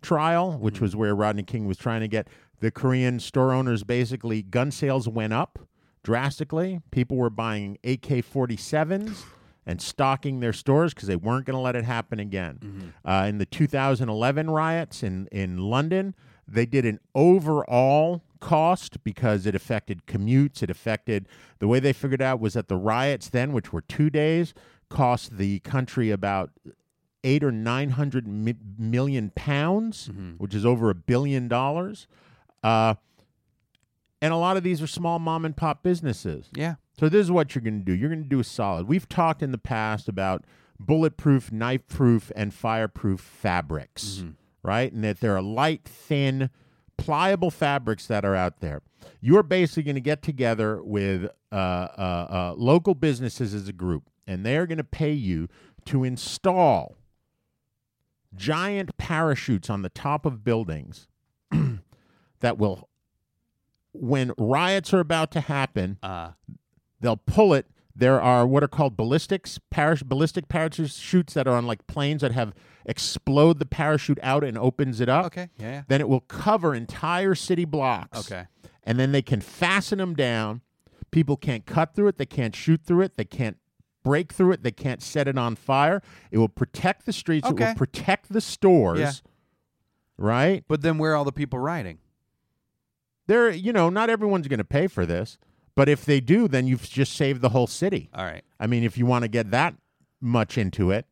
S5: trial, which was where Rodney King was trying to get the Korean store owners basically gun sales went up drastically. People were buying AK 47s and stocking their stores because they weren't going to let it happen again. Uh, in the 2011 riots in, in London, they did an overall cost because it affected commutes. It affected the way they figured out was that the riots then, which were two days, cost the country about eight or nine hundred mi- million pounds, which is over a billion dollars. Uh, and a lot of these are small mom and pop businesses.
S2: Yeah.
S5: So this is what you're going to do. You're going to do a solid. We've talked in the past about bulletproof, knife-proof, and fireproof fabrics, right? And that there are light, thin, pliable fabrics that are out there. You're basically going to get together with uh, uh, uh, local businesses as a group, and they're going to pay you to install giant parachutes on the top of buildings that will, when riots are about to happen,
S2: Uh
S5: They'll pull it. There are what are called ballistics, parash- ballistic parachutes that are on like planes that have explode the parachute out and opens it up.
S2: Okay, yeah, yeah.
S5: Then it will cover entire city blocks.
S2: Okay.
S5: And then they can fasten them down. People can't cut through it. They can't shoot through it. They can't break through it. They can't set it on fire. It will protect the streets. It
S2: Okay.
S5: will protect the stores.
S2: Yeah.
S5: Right?
S2: But then where are all the people riding?
S5: There, you know, not everyone's going to pay for this, but if they do, then you've just saved the whole city.
S2: All right.
S5: I mean, if you want to get that much into it,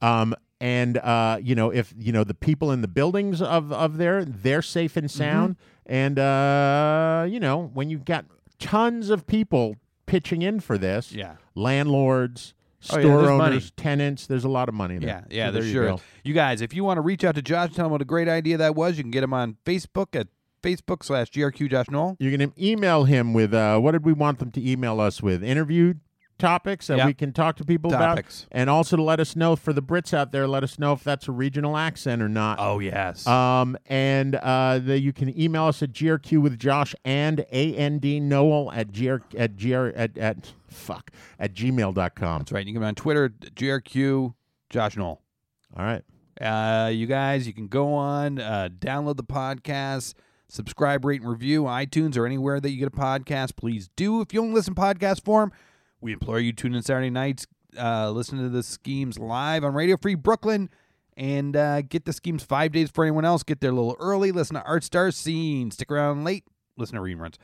S5: um, and uh, you know, if you know the people in the buildings of of there, they're safe
S2: Mm-hmm.
S5: and sound, and uh, you know, when you've got tons of people pitching in for this,
S2: Yeah.
S5: landlords,
S2: Oh,
S5: store
S2: yeah, there's
S5: owners,
S2: money.
S5: tenants, there's a lot of money there.
S2: Yeah,
S5: So
S2: yeah,
S5: there
S2: there
S5: you
S2: sure
S5: go.
S2: is. You guys, if you want to reach out to Josh, tell him what a great idea that was. You can get him on Facebook at Facebook slash GRQ Josh Knoll.
S5: You're going to email him with uh, what did we want them to email us with? Interview topics that
S2: Yeah.
S5: we can talk to people
S2: Topics.
S5: about, and also to let us know for the Brits out there, let us know if that's a regional accent or not.
S2: Oh yes.
S5: Um, and uh, the, you can email us at grq with Josh and a n d noel at gr at gr at, at fuck at gmail.com.
S2: That's right. You can get him on Twitter, GRQ Josh Knoll.
S5: All right.
S2: Uh, you guys, you can go on, uh, download the podcast, subscribe, rate, and review iTunes or anywhere that you get a podcast. Please do. If you only listen podcast form, we implore you tune in Saturday nights, uh, listen to the schemes live on Radio Free Brooklyn, and uh, get the schemes five days for anyone else. Get there a little early. Listen to Art Star Scene. Stick around late. Listen to reruns.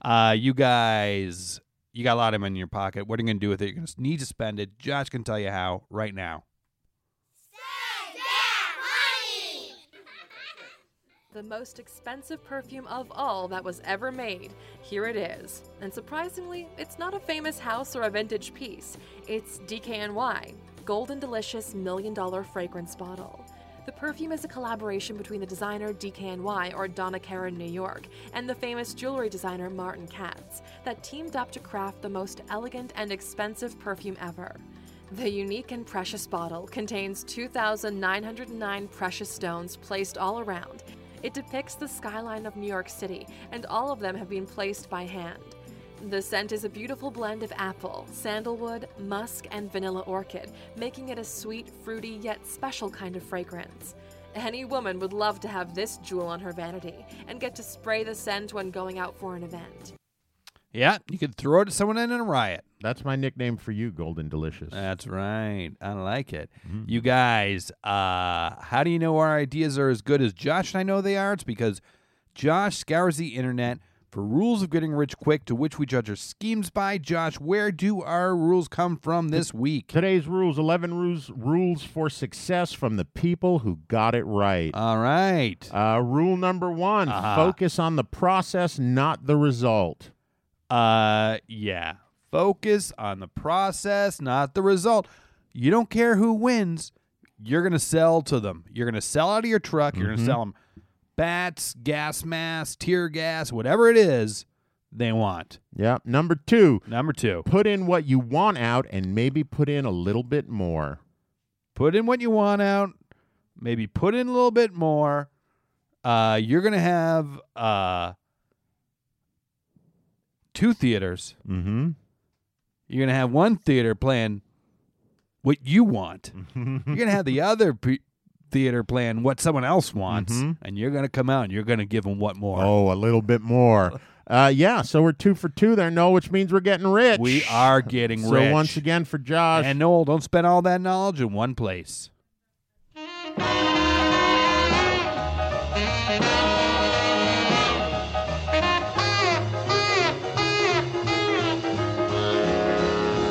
S2: Uh, you guys, you got a lot of money in your pocket. What are you going to do with it? You're going to need to spend it. Josh can tell you how right now.
S8: The most expensive perfume of all that was ever made. Here it is. And surprisingly, it's not a famous house or a vintage piece. It's DKNY, Golden Delicious Million Dollar Fragrance Bottle. The perfume is a collaboration between the designer DKNY, or Donna Karan New York, and the famous jewelry designer Martin Katz, that teamed up to craft the most elegant and expensive perfume ever. The unique and precious bottle contains 2,909 precious stones placed all around. It depicts the skyline of New York City, and all of them have been placed by hand. The scent is a beautiful blend of apple, sandalwood, musk, and vanilla orchid, making it a sweet, fruity, yet special kind of fragrance. Any woman would love to have this jewel on her vanity and get to spray the scent when going out for an event.
S2: Yeah, you could throw it at someone in a riot.
S5: That's my nickname for you, Golden Delicious.
S2: That's right. I like it. You guys, uh, how do you know our ideas are as good as Josh and I know they are? It's because Josh scours the internet for rules of getting rich quick to which we judge our schemes by. Josh, where do our rules come from this week?
S5: Today's rules 11 rules rules for success from the people who got it right.
S2: All right.
S5: Uh, rule number one
S2: Uh-huh.
S5: focus on the process, not the result.
S2: Uh, yeah. Focus on the process, not the result. You don't care who wins. You're gonna sell to them. You're gonna sell out of your truck. You're gonna sell them bats, gas masks, tear gas, whatever it is they want.
S5: Yep. Number two,
S2: Number two,
S5: put in what you want out and maybe put in a little bit more.
S2: put in what you want out. Maybe put in a little bit more. Uh, you're gonna have uh two theaters.
S5: Mm-hmm.
S2: You're gonna have one theater playing what you want. you're gonna have the other pe- theater playing what someone else wants, and you're gonna come out and you're gonna give them what more.
S5: Mm-hmm. Oh, a little bit more. Uh, yeah, so we're two for two there, Noel, which means we're getting rich.
S2: we are getting
S5: So
S2: rich.
S5: once again for Josh.
S2: and Noel, don't spend all that knowledge in one place.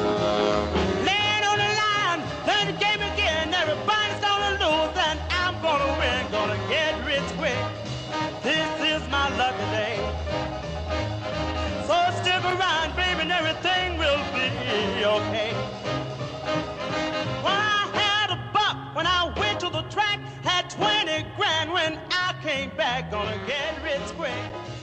S4: Laying on the line, play the game again. Everybody's gonna lose, and I'm gonna win. Gonna get rich quick. This is my lucky day. So stick around, baby, and everything will be okay. When I had a buck, when I went to the track, had 20 grand when I came back. Gonna get rich quick.